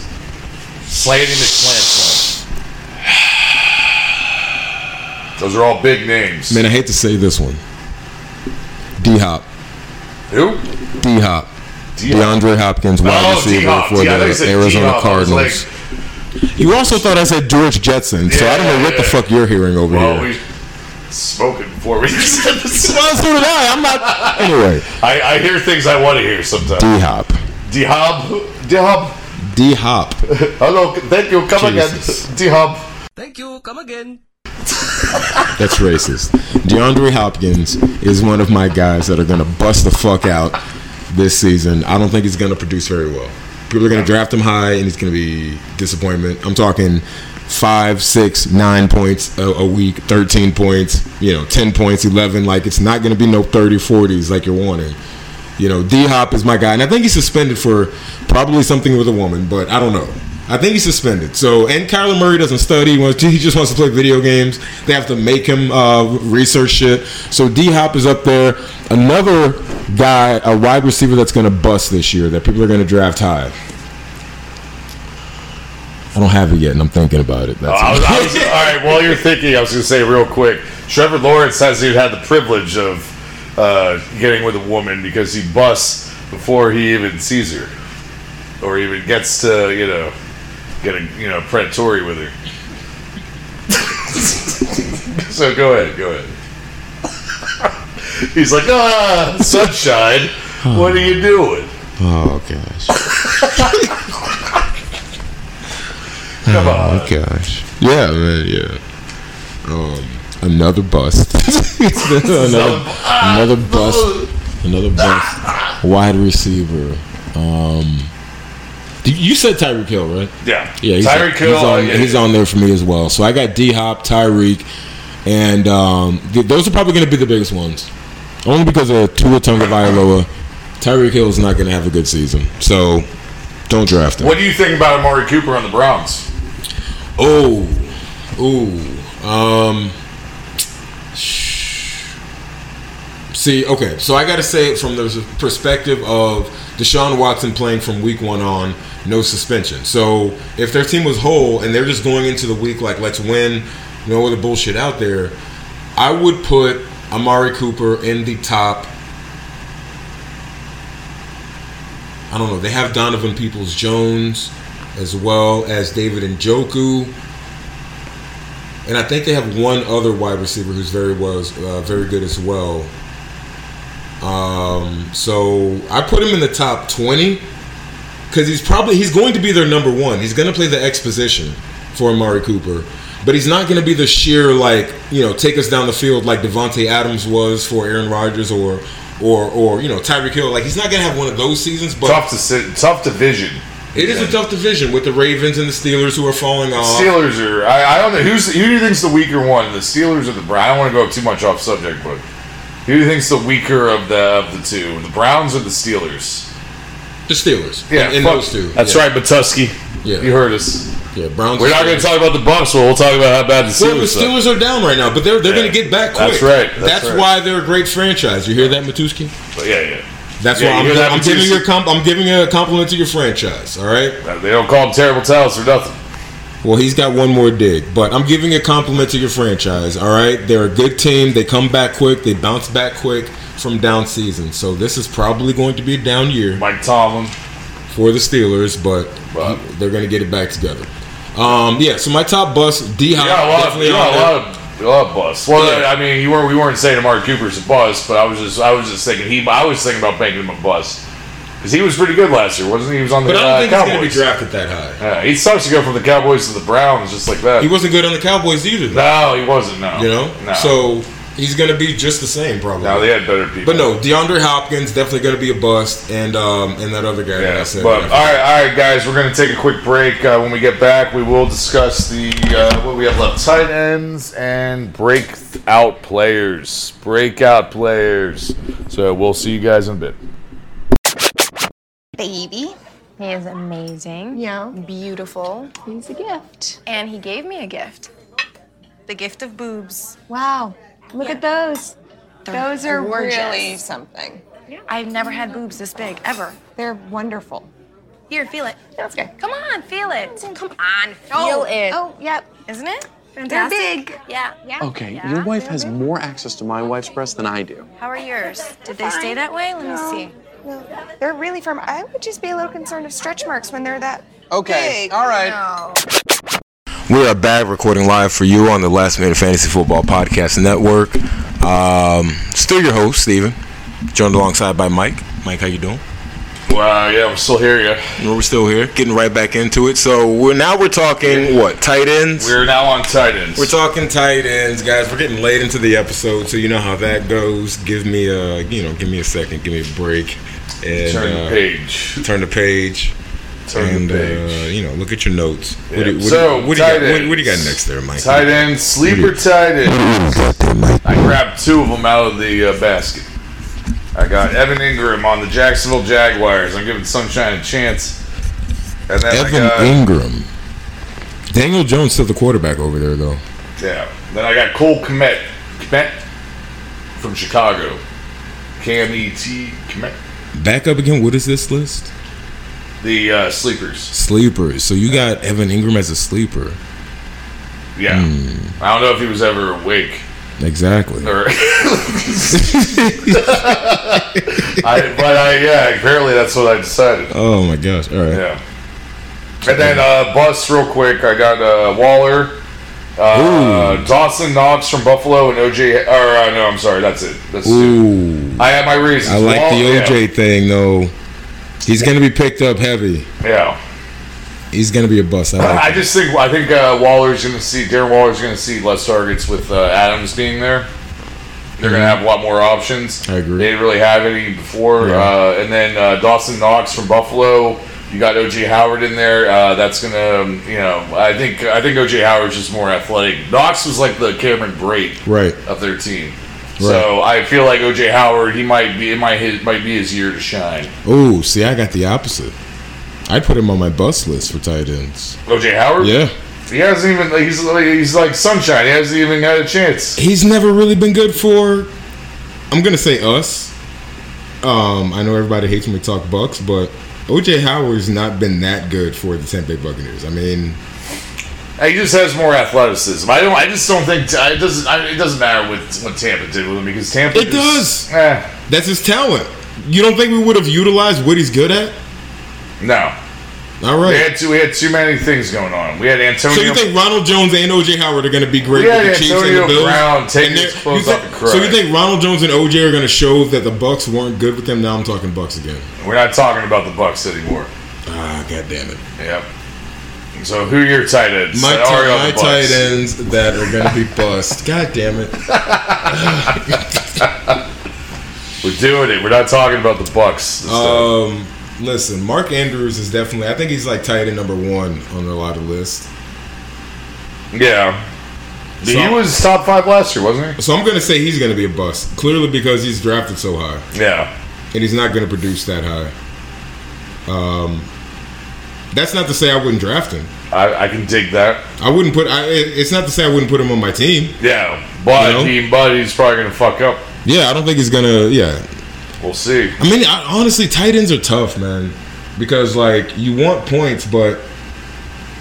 slanty McSlant slant. Those are all big names.
Man, I hate to say this one. D Hop,
Who?
D Hop,
Deion.
DeAndre Hopkins, wide
Oh,
receiver
D-Hop.
for
Yeah, I thought you
the
said
Arizona
D-Hop. I was
Cardinals.
like,
You also thought I said George Jetson, so I don't know
Yeah,
what the
yeah.
fuck you're hearing over
Well,
here.
we smoking before we said this.
Well, so did I. I'm not. Anyway,
I, I hear things I want to hear sometimes.
D Hop,
D Hub, D Hub,
D Hop.
hello, thank you, come
Jesus.
again. D Hub,
Thank you. Come again.
That's racist. DeAndre Hopkins is one of my guys that are going to bust the fuck out this season. I don't think he's going to produce very well. People are going to draft him high, and he's going to be disappointment. I'm talking five, six, nine points a, a week, 13 points, you know, 10 points, 11. Like, it's not going to be no 30, 40s like you're wanting. You know, D Hop is my guy. And I think he's suspended for probably something with a woman, but I don't know. I think he's suspended. So, and Kyler Murray doesn't study. He, wants, he just wants to play video games. They have to make him uh, research shit. So, D Hop is up there. Another guy, a wide receiver that's going to bust this year that people are going to draft high. I don't have it yet, and I'm thinking about it. That's
Oh, I was, I was- all right, while you're thinking, I was going to say real quick Trevor Lawrence has he had the privilege of uh, getting with a woman because he busts before he even sees her or even gets to, you know, get a, you know, predatory with her. so go ahead, go ahead. He's like, ah, sunshine, what are you doing?
Oh gosh.
Come
on. Oh gosh. Yeah, man. Yeah. Um, another bust. another, another bust. Another bust. Wide receiver. Um, do- you said Tyreek Hill, right?
Yeah.
Yeah. He's,
Tyreek Hill. oh,
He's on,
yeah.
he's on there for me as well. So I got D Hop, Tyreek, and um, th- those are probably going to be the biggest ones. Only because of Tua Tagovailoa. Tyreek Hill is not going to have a good season. So don't draft him.
What do you think about Amari Cooper on the Browns?
Oh, ooh. Um. See, okay, so I got to say it from the perspective of Deshaun Watson playing from week one on, no suspension. So if their team was whole and they're just going into the week like, let's win, no other bullshit out there, I would put Amari Cooper in the top I don't know. They have Donovan Peoples Jones as well as David Njoku. And I think they have one other wide receiver who's very well, uh, very good as well. Um, so I put him in the top twenty because he's probably he's going to be their number one. He's going to play the exposition for Amari Cooper, but he's not going to be the sheer like you know take us down the field like Devonte Adams was for Aaron Rodgers or or or you know Tyreek Hill. Like he's not going to have one of those seasons. But
Tough to sit, tough division.
it is a tough division with the Ravens and the Steelers who are falling off.
Steelers are. I, I don't know who's who do you think's the weaker one, the Steelers or the Browns. I don't want to go too much off subject, but who do you think's the weaker of the of the two, the Browns or the Steelers?
The Steelers.
Yeah,
in, in
fuck-
those two.
That's
Yeah.
right, Batusky.
Yeah.
you heard us.
Yeah, Browns.
We're not going to talk about the Bucks, but we'll talk about how bad the
Well, the
Steelers. are.
Steelers are down right now, but they're they're
Yeah.
going to get back quick.
That's right, that's right.
why they're a great franchise. You hear that, Matuski?
But yeah, yeah.
That's
Yeah, you
why I'm,
hear that,
I'm giving
Matuski?
your comp- I'm giving a compliment to your franchise. All right.
They don't call them terrible talents for nothing.
Well, he's got one more dig, but I'm giving a compliment to your franchise. All right, they're a good team. They come back quick. They bounce back quick from down season. So this is probably going to be a down year
Mike Tomlin.
for the Steelers, but they're going to get it back together. Um, yeah. So my top bust, D Hop,
Yeah, a lot of,
definitely
you
on
got a
there.
lot of, a lot of busts. Well,
Yeah.
I mean, you weren't, we weren't saying Amari Cooper's a bust, but I was just, I was just thinking he, I was thinking about making him a bust because he was pretty good last year, wasn't he? He was on the
But I don't
uh,
think he's going
Cowboys.
to be drafted that high.
yeah, he sucks to go from the Cowboys to the Browns just like that.
He wasn't good on the Cowboys either. though,
no, he wasn't. No,
You know,
no.
so he's going to be just the same probably.
no, they had better people.
but no, DeAndre Hopkins definitely going to be a bust, and um, and that other guy. that I
Yeah,
said
but uh, all right, all right, guys, we're gonna take a quick break. Uh, when we get back, we will discuss the uh, what we have left: tight ends and breakout players. Breakout players. So we'll see you guys in a bit.
Baby. He is amazing. Yeah. Beautiful. He's a gift. And he gave me a gift. The gift of boobs. Wow. Look at those.
Those are really
something. I've never had boobs this big ever. They're wonderful. Here, feel it. That's good. Come on, feel it. Come on, feel
Oh,
it.
oh,
yep. Isn't it?
They're
Fantastic. Yeah. Yeah.
Okay,
Yeah.
your wife has more access to my wife's breast than I do.
How are yours? Did they stay that way? Let me see.
No, they're really firm. I would just be a little concerned of stretch marks when they're that.
Okay,
big.
all right.
We are back recording live for you on the Last Minute Fantasy Football Podcast Network. Um, still your host, Steven. Joined alongside by Mike. Mike, how you doing?
Wow, yeah, I'm still here. Yeah,
Well, We're still here, getting right back into it. So we're now we're talking what tight ends.
we're now on tight ends.
We're talking tight ends, guys. We're getting late into the episode, so you know how that goes. Give me a, you know, give me a second, give me a break, and
Turn the
uh,
page.
Turn the page. and uh, you know, look at your notes. What do,
Yeah.
what,
so,
do, what, do you
tight
got, what,
ends.
what do you got next there, Mike?
Tight end, sleeper tight end. I grabbed two of them out of the uh, basket. I got Evan Ingram on the Jacksonville Jaguars. I'm giving Sunshine a chance. And then I
Evan
got,
Ingram. Daniel Jones still the quarterback over there, though.
Yeah. Then I got Cole Kmet, Kmet from Chicago. Cam E. T. Kmet.
Back up again. What is this list?
The uh, sleepers.
Sleepers. So you got Evan Ingram as a sleeper.
Yeah.
Hmm.
I don't know if he was ever awake.
Exactly.
Or I, but I, yeah, apparently that's what I decided.
Oh my gosh. All right.
Yeah. And then uh, bus real quick. I got uh, Waller, uh, Dawson Knox from Buffalo, and OJ. Or uh, no, I'm sorry, that's it. That's
Ooh.
I have my reasons.
I like the
Wall- Oh, yeah.
OJ thing though. He's gonna be picked up heavy.
Yeah.
He's gonna be a bust. I like
I just think I think uh, Waller's going to see Darren Waller's going to see less targets with uh, Adams being there. They're going to
Mm-hmm.
have a lot more options. I agree. They didn't really have any before.
Yeah.
Uh, and then uh, Dawson Knox from Buffalo. You got OJ Howard in there. Uh, that's going to you know I think I think OJ Howard's just more athletic. Knox was like the Cameron Brate
Right.
of their team. So I feel like OJ Howard, he might be it might his, might be his year to shine.
Ooh, see, I got the opposite. I put him on my bust list for tight ends.
OJ Howard,
Yeah.
he hasn't even he's like, he's like sunshine. He hasn't even had a chance.
He's never really been good for. I'm gonna say us. Um, I know everybody hates when we talk Bucks, but OJ Howard's not been that good for the Tampa Bay Buccaneers. I mean,
He just has more athleticism. I don't. I just don't think I- it doesn't. I, it doesn't matter what what Tampa did with him because Tampa.
It
is-
does.
Eh,
that's his talent. You don't think we would have utilized what he's good at?
no.
All
We
right.
had too. We had too many things going on. We had Antonio.
So you think Ronald Jones and OJ Howard are going to be great
Yeah,
with the Chiefs and
Antonio
the Bills?
Brown taking
And they're-
his clothes
you
off
think-
and crying.
So you think Ronald Jones and OJ are going to show that the Bucks weren't good with them? Now I'm talking Bucks again.
We're not talking about the Bucks anymore.
Ah, god damn it.
Yep. So who are your tight ends?
My,
That are
ti-
on the
my
Bucks.
tight ends that are going to be bust. God damn it.
We're doing it. We're not talking about the Bucks. this time.
Um, listen, Mark Andrews is definitely. I think he's like tight end number one on a lot of lists.
yeah. he
so-
was top five last year, wasn't he?
So I'm going to say he's going to be a bust, clearly because he's drafted so high.
Yeah.
And he's not going to produce that high. Um, that's not to say I wouldn't draft him.
I, I can dig that.
I wouldn't put. I, it- it's not to say I wouldn't put him on my team.
Yeah, but
You know?
he, but he's probably gonna fuck up.
Yeah, I don't think he's gonna. Yeah,
We'll see.
I mean, I, honestly, tight ends are tough, man, because like you want points, but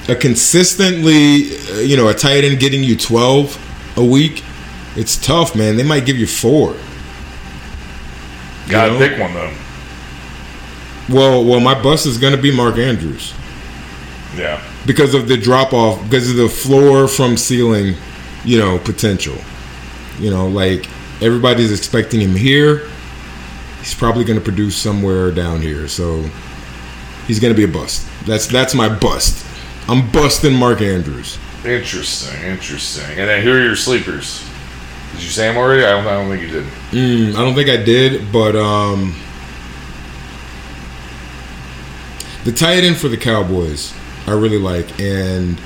a consistently, uh, you know, a tight end getting you twelve a week, it's tough, man. They might give you four.
Gotta
know?
pick one though.
Well, well, my bus is gonna be Mark Andrews
Yeah.
because of the drop off, because of the floor from ceiling, you know, potential. You know, like everybody's expecting him here. He's probably going to produce somewhere down here, so he's going to be a bust. That's that's my bust. I'm busting Mark Andrews.
Interesting, interesting. And then who are your sleepers? Did you say them already? I don't, I don't think you did.
Mm, I don't think I did, but um, the tight end for the Cowboys, I really like, and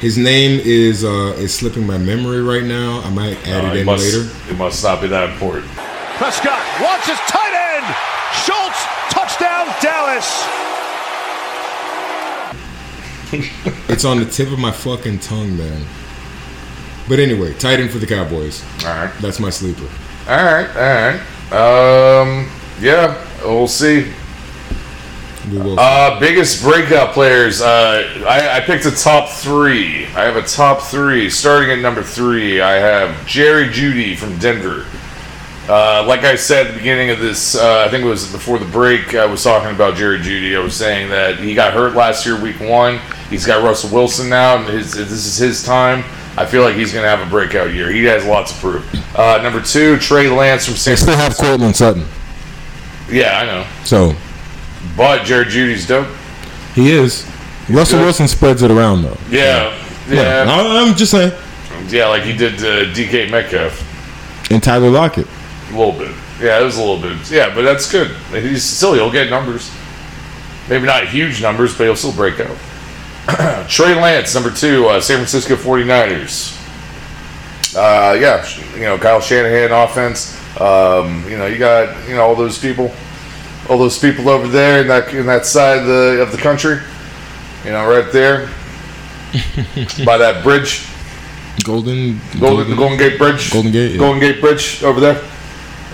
his name is uh, is slipping my memory right now. I might add
Uh,
it
it
in
must,
later.
It must not be that important.
Prescott wants his tight end. Schultz, touchdown, Dallas.
It's on the tip of my fucking tongue, man. But anyway, tight end for the Cowboys.
All right.
That's my sleeper.
All right, all right. Um, yeah, we'll see.
We will.
Uh, biggest breakout players. Uh, I, I picked a top three. I have a top three. Starting at number three, I have Jerry Judy from Denver. Uh, like I said at the beginning of this, uh, I think it was before the break, I was talking about Jerry Judy. I was saying that he got hurt last year, week one. He's got Russell Wilson now, and his, this is his time. I feel like he's going to have a breakout year. He has lots to prove. Uh, number two, Trey Lance from San
still have Cortland Sutton,
Yeah, I know.
so
But Jerry Judy's dope.
he is. Russell
good.
Wilson spreads it around though.
Yeah.
Yeah,
Yeah.
I- I'm just saying.
Yeah, like he did uh, DK Metcalf
And Tyler Lockett.
a little bit. Yeah, it was a little bit. Yeah, but that's good. He's still he'll get numbers. Maybe not huge numbers, but he'll still break out. Trey Lance, number two, uh, San Francisco 49ers. Uh, yeah, sh- you know, Kyle Shanahan offense. Um, you know, you got, you know, all those people, all those people over there in that, in that side of the, of the country, you know, right there by that bridge.
Golden,
Golden, the Golden Gate Bridge.
Golden Gate, yeah.
Golden Gate Bridge over there.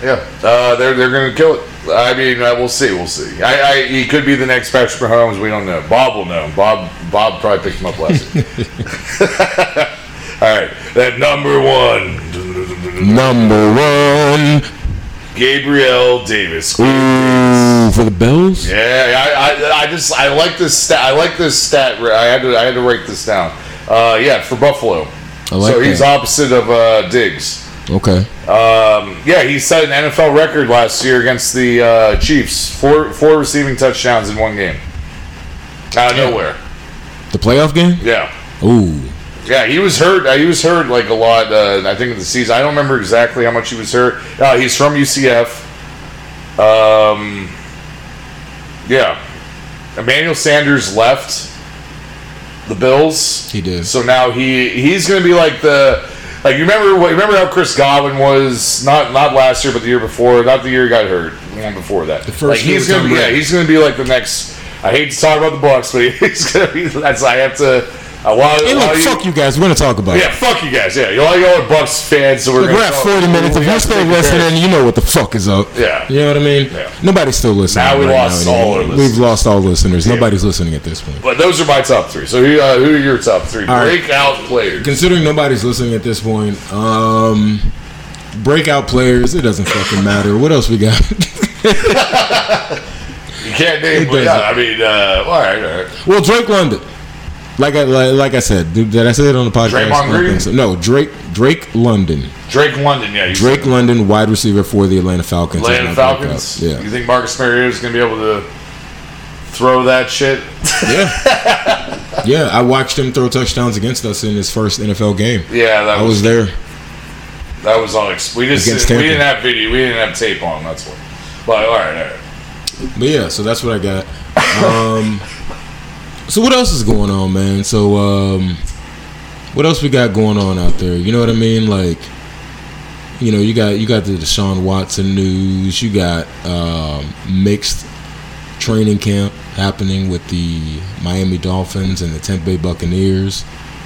Yeah, uh, they're they're going to kill it. I mean, uh, we'll see, we'll see. I, I he could be the next Patrick Mahomes. We don't know. Bob will know. Bob Bob probably picked him up last year. All right, that number one,
Number one.
Gabriel Davis.
Ooh, for the Bills?
Yeah, I, I, I just I like this stat. I like this stat. I had to I had to write this down. Uh, yeah, for Buffalo.
I like
so he's
that.
opposite of uh, Diggs.
Okay.
Um, yeah, he set an NFL record last year against the uh, Chiefs. Four four receiving touchdowns in one game. Out of nowhere.
The playoff game?
Yeah.
Ooh.
Yeah, he was hurt. Uh, he was hurt like a lot. Uh, I think in the season, I don't remember exactly how much he was hurt. Uh, he's from UCF. Um, yeah, Emmanuel Sanders left the Bills.
He did.
So now he he's going to be like the like you remember what remember how Chris Godwin was not not last year but the year before not the year he got hurt the one before that. The
first
like, he's
year
going to be
was
yeah
Tom
he's going to be like the next. I hate to talk about the Bucks, but he's going to be that's I have to. I want
Hey,
I
look,
want you-
fuck you guys. We're going to talk about
yeah,
it.
fuck you guys. Yeah, y'all, y'all are Bucks fans, so we're
Look,
gonna
we're at
talk-
40 minutes.
we
If
have
you're
to
still
take a
listening, you know what the fuck is up.
Yeah.
You know what I mean? Nobody's still listening.
Now we
right
lost all
anymore.
our
We've lost all listeners. Nobody's listening at this point.
But those are my top three. So who, uh, who are your top three
All right.
breakout players?
Considering nobody's listening at this point, um, breakout players, it doesn't fucking matter. What else we got?
You can't name.
It
But yeah,
doesn't.
I mean, uh, all right, all right.
well, Drake London. Like I like, like I said, did, did I say it on the podcast?
Draymond
I don't
Green?
think so. No, Drake Drake London.
Drake London. Yeah, you
Drake London, wide receiver for the Atlanta Falcons. is
Atlanta
my
Falcons.
breakout.
You
Yeah.
think Marcus Mariota is gonna be able to throw that shit?
Yeah, I watched him throw touchdowns against us in his first NFL game.
Yeah, that
I
was-
was there.
That was on. Ex- we just
Against
we
Tampa.
didn't have video. We didn't have tape on. That's what. But all right, all right.
But yeah, so that's what I got. Um, so what else is going on, man? So um, what else we got going on out there? You know what I mean? Like, you know, you got you got the Deshaun Watson news. You got um, mixed training camp happening with the Miami Dolphins and the Tampa Bay Buccaneers.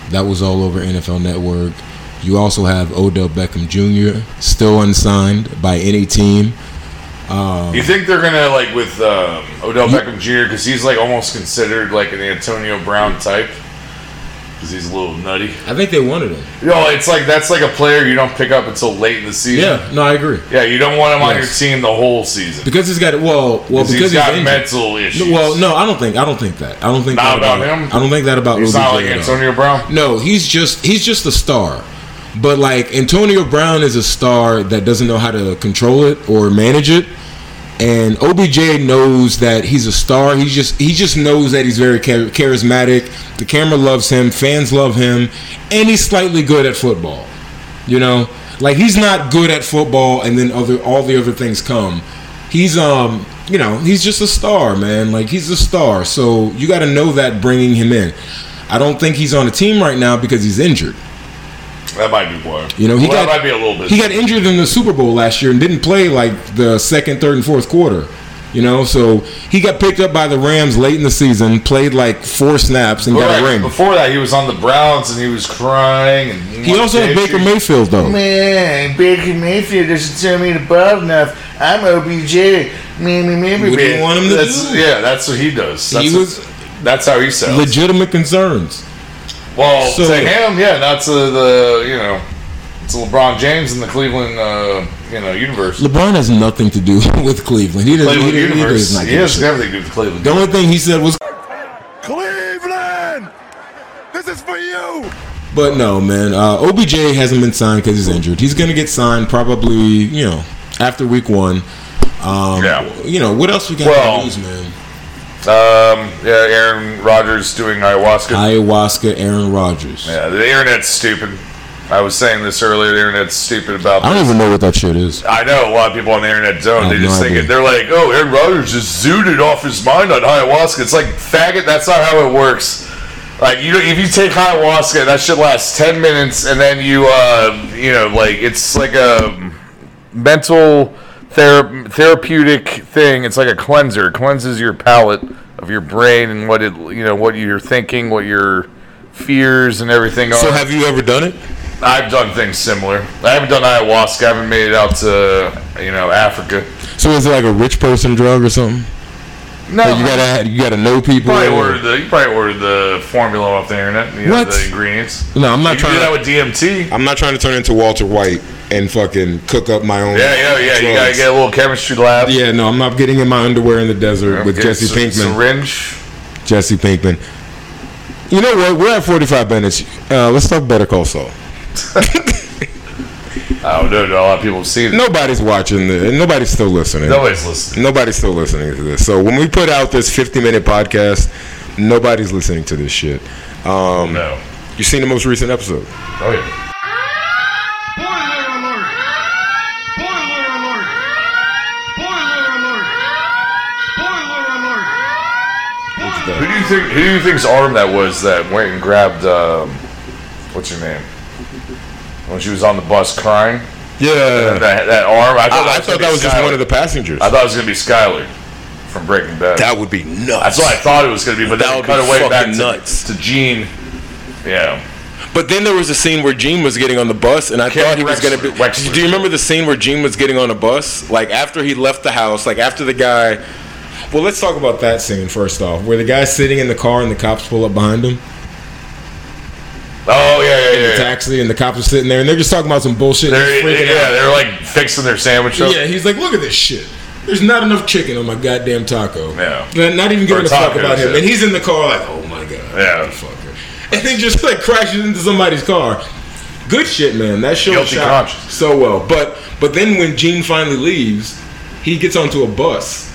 That was all over NFL Network. You also have Odell Beckham Jr. still unsigned by any team. Um,
You think they're gonna like with um, Odell Beckham Jr. because he's like almost considered like an Antonio Brown type because he's a little nutty.
I think they wanted him.
You know, it's like that's like a player you don't pick up until late in the season.
Yeah, no, I agree.
Yeah, you don't want him on
Yes.
your team the whole season.
Because he's got well, well,
'Cause
because
he's
he's
got
injured.
mental issues.
No, well, no, I don't think I don't think that. I don't think
Not
that
about him?
I don't think that about.
He's
OBJ
not like
at all.
Antonio Brown.
No, he's just he's just a star. But like Antonio Brown is a star that doesn't know how to control it or manage it. And OBJ knows that he's a star. He just he just knows that he's very char- charismatic. The camera loves him, fans love him, and he's slightly good at football. You know, like he's not good at football, and then other all the other things come. He's um, you know, he's just a star, man. Like he's a star, so you got to know that bringing him in. I don't think he's on a team right now because he's injured.
That might be why.
You know, he
Well,
got
that might be a little bit.
he got injured in the Super Bowl last year and didn't play like the second, third, and fourth quarter. You know, so he got picked up by the Rams late in the season, played like four snaps and got a
Right,
ring.
Before that, he was on the Browns and he was crying. And
He also had Baker Mayfield though.
Man, Baker Mayfield doesn't tell me above enough. I'm OBJ. Me, me, me,
What do you want him to
that's,
do?
Yeah, that's what he does. That's
He
what-
was-
that's how he sells.
Legitimate concerns.
well,
so-
to him, yeah, not to the you know, it's LeBron James in the Cleveland uh, you know universe.
LeBron has nothing to do with Cleveland. He doesn't. He,
Cleveland
he, he
universe.
does not
He
give a
has
shit.
everything to do with Cleveland.
The only thing he said was,
Cleveland! This is for you!
but no, man. Uh, OBJ hasn't been signed because he's injured. He's gonna get signed probably, you know, after week one. Um,
Yeah.
You know what else we got?
Well-
to lose, man.
Um, yeah, Aaron Rodgers doing ayahuasca.
Ayahuasca, Aaron Rodgers.
Yeah, the internet's stupid. I was saying this earlier. The internet's stupid about.
I don't even know what that shit is.
I know a lot of people on the internet
I
don't. They
have
just
no
think
idea.
it. They're like, "Oh, Aaron Rodgers just zooted off his mind on ayahuasca." It's like faggot. That's not how it works. Like you, know, if you take ayahuasca, that should last ten minutes, and then you, uh, you know, like it's like a mental thera- therapeutic thing. It's like a cleanser. It cleanses your palate of your brain and what it, you know, what you're thinking, what your fears and everything are.
So have you ever done it?
I've done things similar. I haven't done ayahuasca. I haven't made it out to you know Africa.
So is it like a rich person drug or something?
No.
Like you gotta you gotta know
You
people.
probably ordered the you probably ordered the formula off the internet. You know,
What?
the ingredients.
No, I'm not
you
trying
Can do
to-
that with DMT.
I'm not trying to turn into Walter White and fucking cook up my own.
Yeah, yeah, yeah. You gotta
drugs.
get a little chemistry lab.
Yeah, no, I'm not getting in my underwear in the desert with
Get
Jesse
sy-
Pinkman.
Syringe.
Jesse Pinkman. You know what? We're at 45 minutes. Uh, let's talk Better Call Saul.
I don't know. A lot of people have seen it.
Nobody's watching this. Nobody's still listening.
Nobody's listening.
Nobody's still listening to this. So when we put out this 50 minute podcast, nobody's listening to this shit. Um,
no.
You seen the most recent episode?
Oh yeah.
Boiler alert! Boiler alert! Boiler alert! Boiler alert!
Who do you think? Who do you think's arm that was that went and grabbed? Um, what's her name? When she was on the bus crying.
Yeah.
That, that arm. I
I- I
thought that was,
thought that
gonna be
was just
Skylar.
one of the passengers.
I thought it was gonna be Skylar from Breaking Bad.
That would be nuts.
That's what I thought it was gonna be, but that
That
then
would
would cut
be
away back
fucking
to,
nuts.
to Gene. Yeah.
But then there was a scene where Gene was getting on the bus, and I
Ken
thought he was
Wexler-
going to be.
Wexler.
Do you remember the scene where Gene was getting on a bus? Like after he left the house, like after the guy. Well, let's talk about that scene first off, where the guy's sitting in the car and the cops pull up behind him.
Oh yeah, yeah,
The
yeah. yeah.
taxi and the cops are sitting there, and they're just talking about some bullshit. and
They're,
he's freaking
yeah,
out.
they're like fixing their sandwich up.
Yeah, he's like, look at this shit. There's not enough chicken on my goddamn taco.
Yeah.
Not not even giving
Or
a fuck
tacos,
about him.
yeah.
And he's in the car like, oh my god.
Yeah.
and he just like crashes into somebody's car. Good shit, man. That show
Guilty
shot so well. But but then when Gene finally leaves, he gets onto a bus.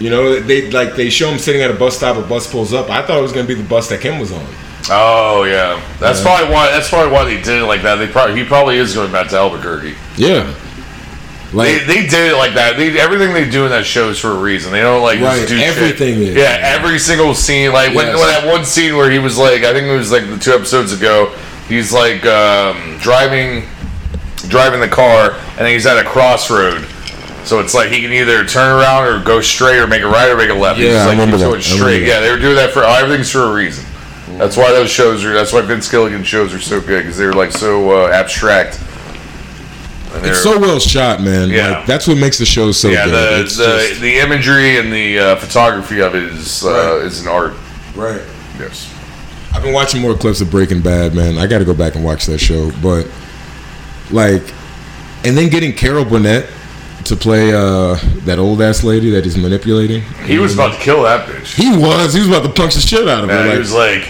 You know, they like they show him sitting at a bus stop. A bus pulls up. I thought it was gonna be the bus that Kim was on.
Oh yeah. That's
Yeah.
probably why. That's probably why they did it like that. They probably he probably is going back to Albuquerque.
Yeah. Like
they, they did it like that. They, everything they do in that show is for a reason. They don't like
Right,
just do shit.
everything is.
Yeah, every single scene. Like when,
Yes.
when that one scene where he was like, I think it was like the two episodes ago. He's like um, driving, driving the car, and then he's at a crossroad. So it's like he can either turn around or go straight or make a right or make a left. He's
Yeah,
just,
I
like,
remember
keeps
that. I
going
remember
straight.
that.
Yeah, they were doing that for everything's for a reason. That's why those shows are. That's why Vince Gilligan shows are so good because they were like so uh, abstract. And
it's
they're-
so well shot, man.
Yeah.
Like, that's what makes the show so
yeah,
good.
the
It's
the,
just-
the imagery and the uh, photography of it is uh, is an art.
Right.
Yes.
I've been watching more clips of Breaking Bad, man. I got to go back and watch that show, but like, and then getting Carol Burnett to play uh, that old ass lady that he's manipulating.
He was about to kill that bitch.
He was. He was about to punch the shit out of her.
Yeah,
like,
he was like,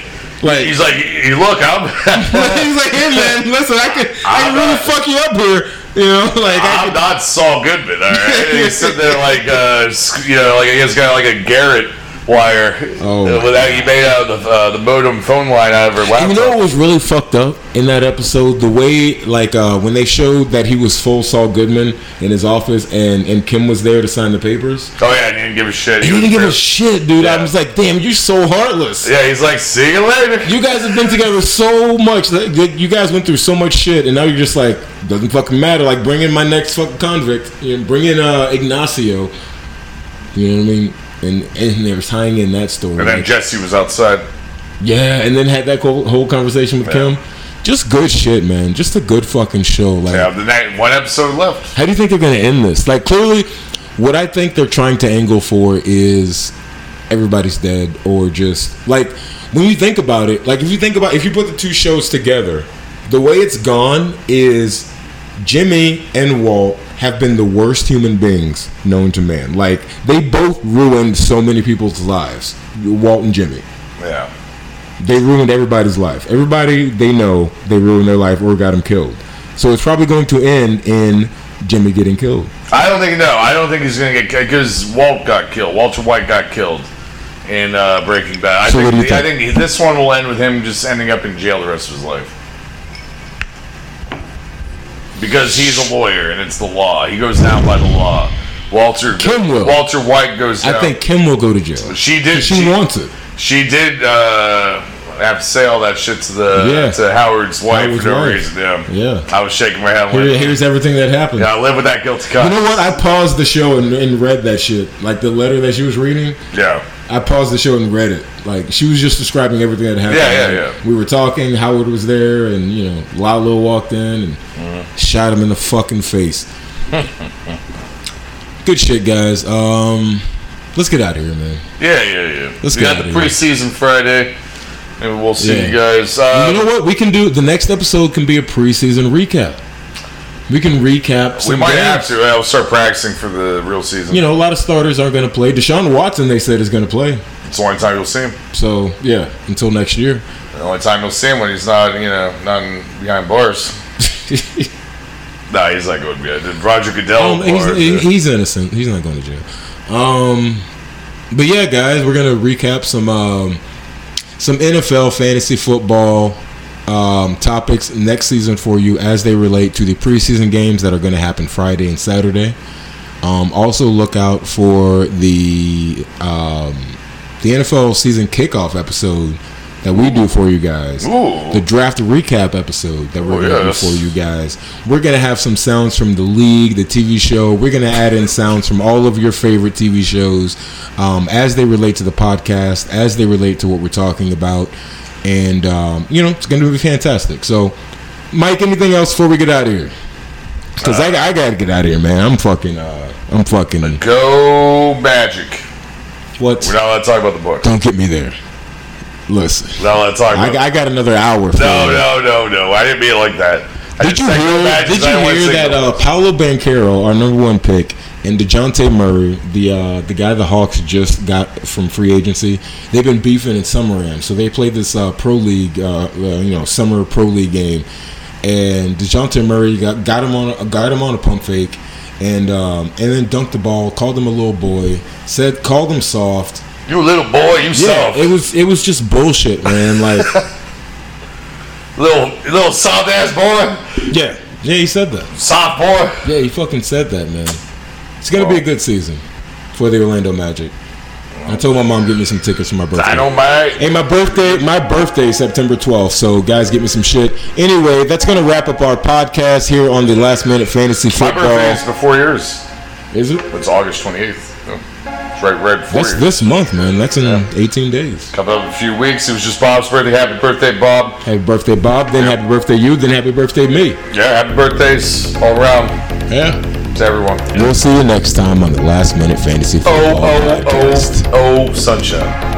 like-
he's like, "You look, I'm.
he's like, hey man, listen, I can, I can really fuck you up here. You know, like
I'm not Saul Goodman. All right, and he's sitting there like, uh, sc- you know, like he's got like a Garrett wire
Oh,
uh,
my
without he made out of the, uh, the modem phone line out of her laptop.
And you know what was really fucked up in that episode? The way, like, uh, when they showed that he was full Saul Goodman in his office and, and Kim was there to sign the papers.
oh yeah, and he didn't give a shit.
He didn't give a shit, dude. I was like, damn, you're so heartless.
Yeah, he's like, see you later.
You guys have been together so much. like, You you guys went through so much shit, and now you're just like, doesn't fucking matter. Like, bring in my next fucking convict. You know, bring in uh, Ignacio. You know what I mean? And, and they were tying in that story.
And then
like,
Jesse was outside.
yeah, and then had that whole, whole conversation with Kim. Just good shit, man. Just a good fucking show. Like,
Yeah, the night one episode left.
how do you think they're going to end this? Like, clearly, what I think they're trying to angle for is everybody's dead, or just like when you think about it, like if you think about if you put the two shows together, the way it's gone is Jimmy and Walt have been the worst human beings known to man. Like, they both ruined so many people's lives, Walt and Jimmy
Yeah.
they ruined everybody's life. Everybody they know, they ruined their life or got them killed. So it's probably going to end in Jimmy getting killed.
I don't think no. I don't think he's gonna get because Walt got killed. Walter White got killed in uh, Breaking Bad. I
So
think,
what do you
the- I think this one will end with him just ending up in jail the rest of his life. because he's a lawyer and it's the law. He goes down by the law. Walter
Kim will.
Walter White goes down.
I think Kim will go to jail.
She did.
She, wants it.
She did uh, have to say all that shit to the
Yeah.
to Howard's wife
Howard's
for no
wife.
reason. Yeah.
Yeah.
I was shaking my head.
Here,
like,
here's everything that happened.
yeah, I live with that guilty
You
conscience.
know what? I paused the show and, and read that shit. Like the letter that she was reading.
Yeah.
I paused the show and read it. Like she was just describing everything that happened.
Yeah, yeah,
Like, We were talking. Howard was there, and you know, Lalo walked in and
Mm-hmm.
shot him in the fucking face. Good shit, guys. Um, let's get out of here, man.
Yeah, yeah, yeah.
Let's
we
get
got
outta
the
here.
preseason Friday, and we'll see
Yeah.
you guys. Uh,
you know what? We can do the next episode. Can be a preseason recap. We can recap.
we
Some
might
games.
have to. I'll start practicing for the real season.
You know, a lot of starters aren't going to play. Deshaun Watson, they said, is going to play.
it's the only time you'll see him.
So yeah, until next year.
The only time you'll see him when he's not, you know, not in, behind bars. nah, he's not going to be. Roger Goodell.
Um, he's,
bars,
he-
Oh, yeah.
he's innocent. He's not going to jail. Um, but yeah, guys, we're gonna recap some um, some NFL fantasy football um, topics next season for you as they relate to the preseason games that are going to happen Friday and Saturday. Um, also, look out for the um, the NFL season kickoff episode that we do for you guys. The draft recap episode that we're
Oh,
going to do
yes.
for you guys. We're going to have some sounds from the league, the TV show. We're going to add in sounds from all of your favorite TV shows um, as they relate to the podcast, as they relate to what we're talking about. And, um, you know, it's going to be fantastic. So, Mike, anything else before we get out of here? Because I, I got to get out of here, man. I'm fucking, uh, I'm fucking,
Go Magic.
what?
We're not allowed to talk about the book.
Don't get me there. Listen,
We're not allowed to talk
I,
about
I got another hour. For
No,
you.
no, no, no. I didn't mean it like that. I
Did you
said Go
hear?
Magic
Did
'cause I don't
you
wanna
hear
sing
that
the-
uh, Paolo Banquero, our number one pick, and Dejounte Murray, the uh, the guy the Hawks just got from free agency? They've been beefing in summer Am, so they played this uh, pro league, uh, uh, you know, summer pro league game, and Dejounte Murray got got him on got him on a pump fake, and um, and then dunked the ball, called him a little boy, said called him soft.
You little boy, you soft.
It was it was just bullshit, man. Like
Little, little soft ass boy.
yeah, yeah, he said that.
Soft boy.
Yeah, he fucking said that, man. It's gonna be a good season for the Orlando Magic. I told my mom get me some tickets for my birthday.
I don't mind.
Hey, my birthday, my birthday is September 12th. So guys, get me some shit. Anyway, that's gonna wrap up our podcast here on the Last Minute Fantasy
My birthday
Football.
is before yours.
Is it?
It's August 28th. Yeah. It's right, right before
That's
yours.
this month, man. That's in 18 days.
Coming up in a few weeks. It was just Bob's birthday. Happy birthday, Bob.
Happy birthday, Bob. Then happy birthday you. Then happy birthday me.
Yeah, happy birthdays all around
Yeah.
to everyone.
We'll see you next time on the Last Minute Fantasy Football
Oh, oh,
Podcast.
oh, oh, sunshine.